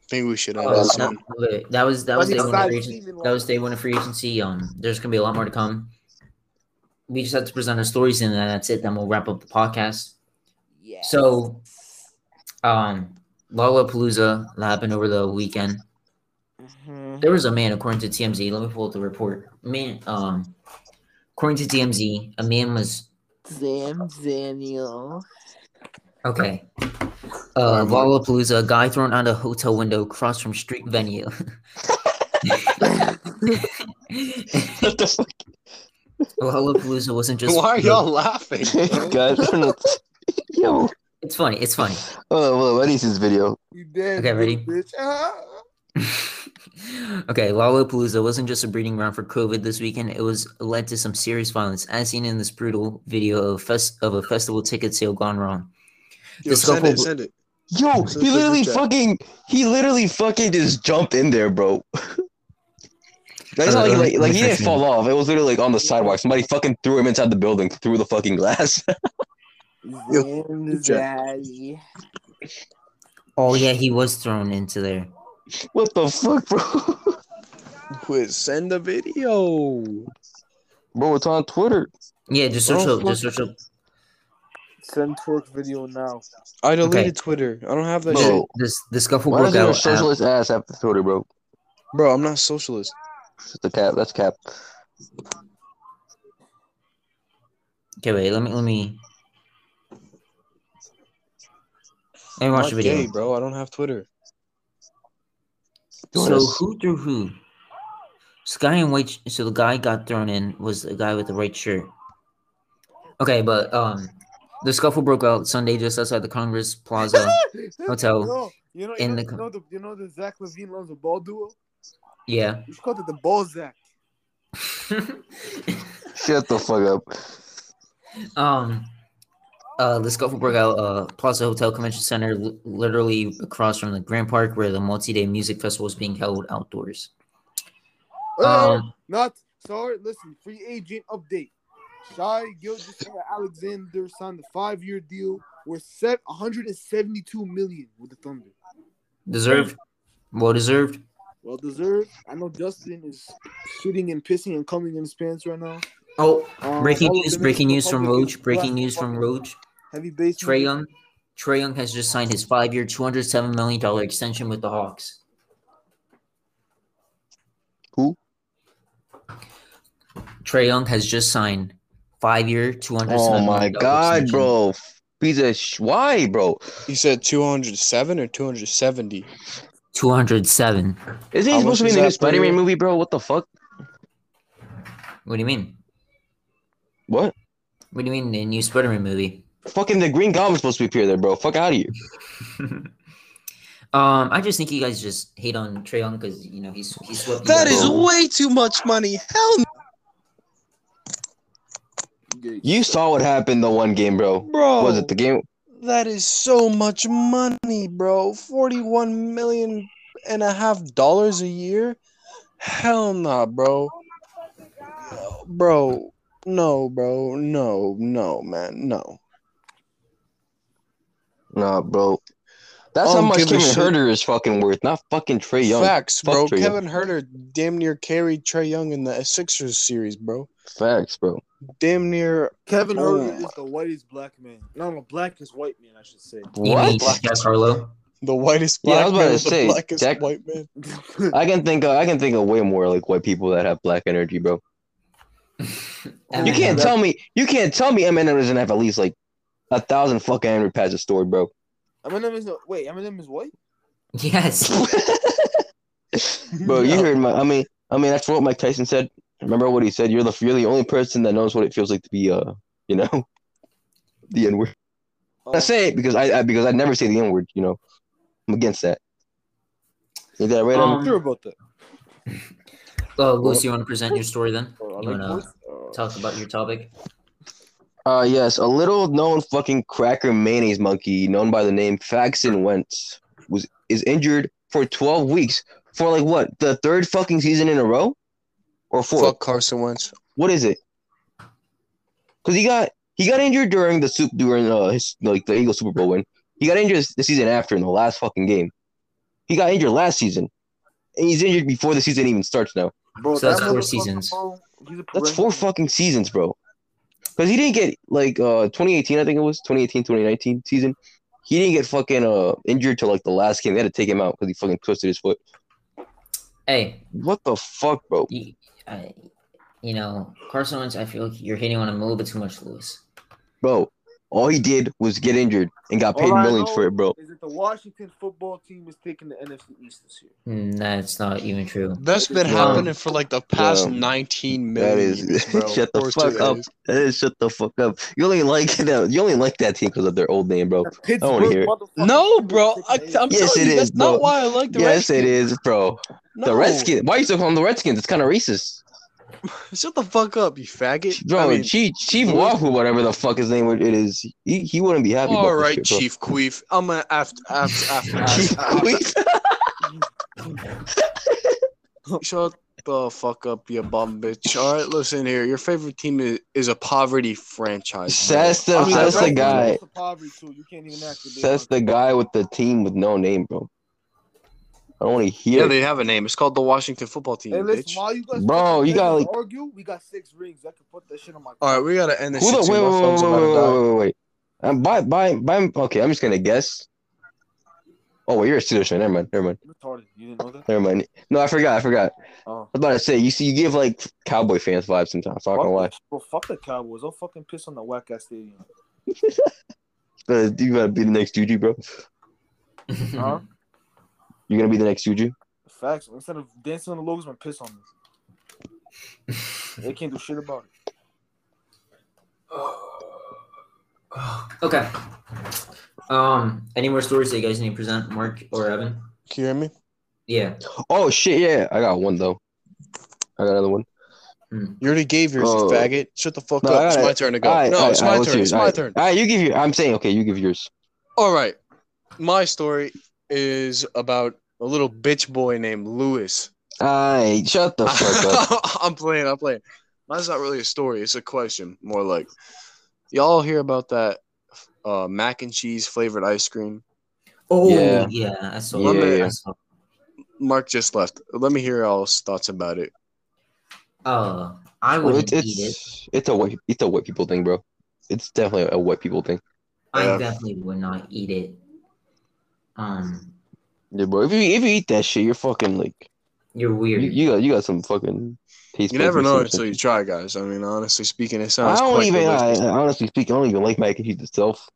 A: think we should end
C: oh,
A: this.
C: no,
A: one.
C: wait, that was that
D: Let
C: was
D: me
C: day one of
D: start
C: free agency.
D: semen
C: That was day one of free agency. Um there's gonna be a lot more to come. We just have to present our stories and then that's it. Then we'll wrap up the podcast.
D: Yeah.
C: So um Lollapalooza that happened over the weekend. There was a man, according to TMZ. Let me pull up the report. Man, um, according to TMZ, a man was
D: Sam Daniel.
C: Okay. Uh, Lollapalooza, a guy thrown out a hotel window across from street venue.
B: What the fuck?
C: Lollapalooza wasn't just.
A: Why are y'all laughing?
B: Guys, I don't know. Yo,
C: It's funny. It's funny.
B: hold on, hold on, what is this video?
D: You dead?
C: Okay,
D: little
C: ready?
D: Bitch. Ah.
C: okay, Lollapalooza wasn't just a breeding ground for COVID this weekend. It was led to some serious violence, as seen in this brutal video of, fest- of a festival ticket sale gone wrong.
A: Yo,
C: This
A: send
C: couple-
A: it, send it.
B: Yo,
A: This is
B: he
A: the
B: literally
A: group chat.
B: fucking, he literally fucking just jumped in there, bro. That's
C: Uh,
B: not like, like, like he
C: interesting.
B: didn't fall off. It was literally like on the sidewalk. Somebody fucking threw him inside the building through the fucking glass.
D: Sam
A: check.
D: Daddy.
C: Oh, yeah, he was thrown into there.
B: what the fuck, bro?
A: Quit. Send the video.
B: Bro, it's on Twitter.
C: Yeah, just
A: Oh,
C: search up.
A: fuck.
C: Just search up.
D: Send twerk video now.
A: I deleted
C: Okay.
A: Twitter. I don't have that
B: Bro.
A: shit,
C: This, the scuffle
B: Why
C: broke
B: does your
C: out. at-
B: socialist ass have Twitter, bro?
A: bro. I'm not socialist.
B: It's the cap. That's cap.
C: Okay, wait. Let me let me let me
A: I'm
C: watch
A: not
C: the
A: gay,
C: video.
A: bro. I don't have Twitter.
B: Doing
C: So
B: this.
C: who threw who? This guy in white. sh- So the guy got thrown in was the guy with the right shirt. Okay, but um, the scuffle broke out Sunday just outside the Congress Plaza Hotel.
D: No, you know, you
C: in the
D: know, the, you
C: com-
D: know the you know the Zach Levine loves a ball duel.
C: Yeah.
D: You should call it the ball Zach.
B: Shut the fuck up.
C: um. Uh, the scuffle broke out uh, Plaza Hotel Convention Center, li- literally across from the Grand Park, where the multi-day music festival is being held outdoors.
D: Uh,
C: Um,
D: not sorry. Listen, free agent update. Shai Gilgis Alexander signed a five-year deal worth set 172 million with the Thunder.
C: deserved, well deserved.
D: Well deserved. I know Justin is shitting and pissing and coming in his pants right now.
C: Oh,
D: Um,
C: breaking
D: all of
C: news!
D: them
C: Breaking
D: is
C: news from
D: Republicans.
C: Roach! Breaking news from Roach!
D: Heavy base.
C: Trey Young, Trey Young has just signed his five-year, two hundred seven million dollar extension with the Hawks.
B: Who?
C: Trey Young has just signed five-year, two hundred
B: Oh
C: seven.
B: my god, bro. He's a sh- why, bro?
A: He said 207 or 270.
C: Two hundred seven.
B: Isn't
A: How
B: he supposed
A: much
B: to be
A: is
B: in the
A: that
B: new
A: per
B: Spider-Man
A: year?
B: movie, bro? What the fuck?
C: What do you mean?
B: What?
C: What do you mean the new Spider-Man movie?
B: Fucking the Green Goblin's supposed to appear there, bro. Fuck out of here.
C: um, I just think you guys just hate on Trey Young because you know he's he's swept. you
A: That
C: guys.
A: is way too much money. Hell,
B: You saw what happened the one game, bro.
A: bro.
B: Was it the game?
A: That is so much money, bro. 41 million and a half dollars a year? Hell nah, bro. Bro, no, bro. No, no, man. No.
B: Nah, bro. That's
A: I
B: how
A: don't
B: much
A: give a
B: Kevin
A: shit.
B: Herter is fucking worth, not fucking Trey Young.
A: Facts,
B: Fuck
A: bro.
B: Trae Young.
A: Kevin Herter damn near carried Trey Young in the Sixers series, bro.
B: Facts, bro.
A: Damn near
D: Kevin
A: Oh.
D: Herter is the whitest black man. No, no, blackest white man, I should say.
C: You mean
B: What?
C: Jack Harlow?
A: The whitest
B: Yeah, I
A: black
B: was about
A: man
B: to
A: was the
B: say,
A: blackest
B: Jack-
A: white man.
B: I can think of I can think of way more like white people that have black energy, bro. You
C: Eminem.
B: can't tell me you can't tell me Eminem doesn't have at least like a thousand fucking Henry pads of story, bro.
D: Eminem is wait. Eminem is white.
C: Yes.
B: bro, you heard my I mean I mean that's what Mike Tyson said. Remember what he said? You're the you're the only person that knows what it feels like to be uh you know the N word. I say it because I, I because I never say the N word. You know, I'm against that. Is that right?
C: Um,
B: Um,
D: I'm sure about that.
C: Oh, Lucy, you want to present your story then?
D: Oh, I
C: You
D: like
C: wanna
D: boys. Uh,
C: talk about your topic?
B: uh, yes, a little known fucking cracker mayonnaise monkey known by the name Faxon Wentz was is injured for 12 weeks for like what the third fucking season in a row, or fourth?
A: Fuck Carson Wentz.
B: What is it? Because he got he got injured during the soup during uh, his like the Eagles Super Bowl win. He got injured the season after in the last fucking game. He got injured last season, and he's injured before the season even starts now.
D: bro,
C: So that's
D: that
C: four
D: motherfucker,
C: seasons.
D: bro, he's a
B: That's four
D: perennial-
B: fucking seasons, bro. Because he didn't get like uh 2018, I think it was 2018, 2019 season. He didn't get fucking uh injured till like the last game. They had to take him out because he fucking twisted his foot.
C: Hey,
B: What the fuck, bro?
C: you, I, you know, Carson Wentz, I feel like you're hitting on him a little bit too much, Lewis.
B: Bro, all he did was get injured and got paid
D: All I
B: millions
D: know
B: for it, bro.
D: Is that the Washington football team is taking the NFC East this year?
C: Mm, That's not even true.
A: That's been
B: Yeah.
A: happening for like the past
B: Yeah.
A: 19 million
B: That is
A: years, bro.
B: shut the
A: Or two
B: fuck up.
A: days.
B: That is shut the fuck up. You only like that. You only like that team because of their old name, bro.
D: The
B: wanna hear it.
D: motherfucking
A: No,
D: Steelers
A: bro.
D: taking
A: I,
D: the
A: I'm
D: East.
B: Yes,
A: telling
B: it
A: you, that's
B: is,
A: not
B: bro.
A: why I like the
B: yes,
A: Redskins.
B: it is, bro.
A: No.
B: The Redskins. Why you still calling them the Redskins? It's kind of racist,
A: Shut the fuck up, you faggot.
B: bro.
A: I mean,
B: Chief Chief Wahoo, whatever the fuck his name it is, he, he wouldn't be happy.
A: all
B: about
A: right,
B: this shit,
A: Chief Queef. I'm gonna after after after.
B: bro. Chief Queef.
A: Shut the fuck up, you bum bitch. All right, listen here. Your favorite team is, is a poverty franchise. bro.
B: That's the
A: I mean,
D: The
B: that's the
D: Redskins are
B: guy.
D: close to poverty, too. You can't even act to be
B: That's the guy with the team with no name, bro. I don't want to hear.
A: Yeah,
B: it.
A: they have a name. It's called the Washington Football Team,
D: Hey, listen,
A: bitch.
D: while you guys
B: Bro, you got,
D: fucking
B: like-
D: argue, we got six rings. I can put that shit on my.
A: All right, we gotta end this.
B: Who the,
A: shit
B: wait,
A: too.
B: wait,
A: My phone's
B: wait, wait,
A: about to die.
B: wait, wait, wait, wait. Um, by, by, by, okay, I'm just gonna guess. Oh, wait, you're a Steelers fan. Never mind. Never mind.
D: Retarded. You didn't know that?
B: Never mind. No, I forgot. I forgot.
D: Oh.
B: I was about to say you see, you give like Cowboy fans vibes sometimes. So I'm not gonna lie.
D: Fuck the- Bro, fuck the Cowboys. I'll fucking piss on the whack ass stadium.
B: But Uh, you gotta be the next Juju, bro.
C: Mm-hmm.
D: Huh?
B: You're gonna be the next Juju.
D: Facts. Instead of dancing on the logos, man, piss on them. They can't do shit about it.
C: okay. Um, any more stories that you guys need to present, Mark or Evan?
A: Can you hear me?
C: Yeah.
B: Oh shit, yeah, I got one though. I got another one.
A: You already gave yours,
B: Oh.
A: you faggot. Shut the fuck
B: No,
A: up. It's
B: alright.
A: my turn to go.
B: Alright,
A: no,
B: alright,
A: it's
B: alright,
A: my
B: what's
A: turn.
B: yours?
A: It's my
B: Alright.
A: turn.
B: All right, you give your. I'm saying okay, you give yours.
A: All right. My story is about a little bitch boy named Lewis.
B: All right, shut the fuck up.
A: I'm playing. I'm playing. Mine's not really a story. It's a question, more like. Y'all hear about that uh, mac and cheese flavored ice cream?
C: Oh yeah,
B: Yeah.
C: I saw.
B: Yeah,
C: that.
B: yeah.
C: I saw.
A: Mark just left. Let me hear y'all's thoughts about it.
C: Uh, I
B: Well,
C: wouldn't
B: it's
C: eat it.
B: it's it's a white it's a white people thing, bro. It's definitely a white people thing.
A: Yeah.
C: I definitely would not eat it. Um,
B: Yeah, bro. If you if you eat that shit, you're fucking like
C: you're
B: you,
C: weird.
B: you got you got some fucking taste.
A: You never
B: buds or
A: know
B: some
A: until
B: shit.
A: you try, guys. I mean, honestly speaking, it
B: I
A: sounds
B: don't
A: quite
B: even. I,
A: delicious.
B: I honestly speaking, I don't even like mac and cheese itself.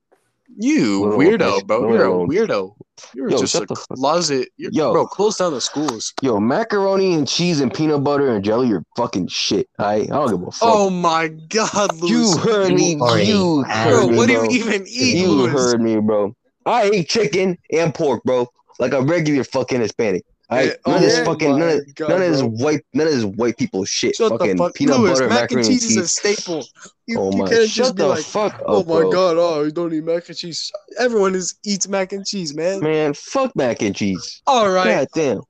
A: You
B: Little
A: weirdo,
B: bitch.
A: bro.
B: Little
A: You're a
B: old-
A: weirdo. You're
B: Yo,
A: just
B: shut
A: a
B: the fuck-
A: closet. You're,
B: Yo.
A: bro, close down the schools.
B: Yo, macaroni and cheese and peanut butter and jelly are fucking shit. I I don't give a fuck.
A: Oh my god,
B: you
A: Louis.
B: heard me.
C: You are
B: You
A: bro,
C: a
B: heard
C: asshole.
B: me,
A: what do
B: bro.
A: you even eat,
B: You
A: Louis?
B: heard me, bro. I eat chicken and pork, bro, like a regular fucking Hispanic. I
A: Eh,
B: none
A: oh
B: of this
A: my
B: fucking none of,
A: God,
B: none of this
A: bro.
B: white none of this white people shit.
A: Shut
B: fucking
A: the fuck,
B: peanut
A: Louis.
B: butter,
A: mac and cheese is a
B: cheese.
A: staple. You,
B: oh
A: you
B: my!
A: can't
B: shut
A: just be
B: the
A: like,
B: fuck up,
A: oh my
B: bro.
A: god, oh, you don't eat mac and cheese. Everyone is eats mac and cheese, man.
B: man! Fuck mac and cheese.
A: All right.
B: God damn.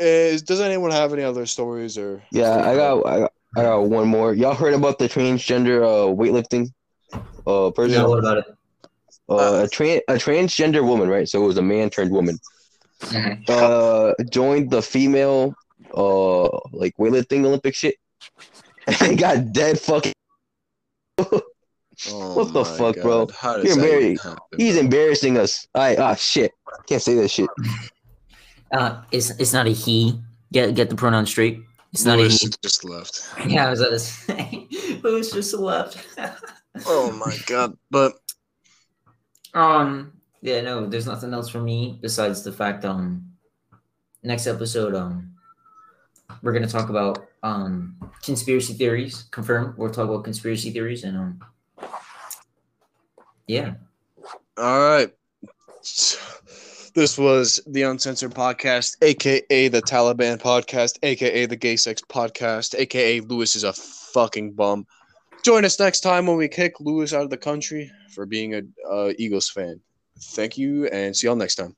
A: Is, does anyone have any other stories or?
B: Yeah, I got I got, I got one more. Y'all heard about the transgender uh, weightlifting uh person?
C: No, what about it?
B: Uh, a tran a transgender woman, right? So it was a man turned woman.
C: Mhm.
B: uh joined the female uh like weightlifting Olympic shit. And they got dead fucking
E: Oh
B: What the
E: my
B: fuck, bro?
E: God. How does
B: You're
E: that even
B: married.
E: happen,
B: He's
E: bro?
B: embarrassing us. All right, ah, shit. Can't say that shit.
C: Uh, it's it's not a he. Get get the pronoun straight. It's not
E: Lewis
C: a
E: just left.
C: he. Yeah, I was gonna say. Lewis just left.
E: Oh my god! But
C: um. Yeah. No. There's nothing else for me besides the fact. Um. Next episode. Um. We're gonna talk about um conspiracy theories. Confirm. We'll talk about conspiracy theories and um. Yeah.
A: All right. This was the Uncensored Podcast, aka the Taliban Podcast, aka the Gay Sex Podcast, aka Lewis is a fucking bum. Join us next time when we kick Lewis out of the country for being a uh, Eagles fan. Thank you, and see y'all next time.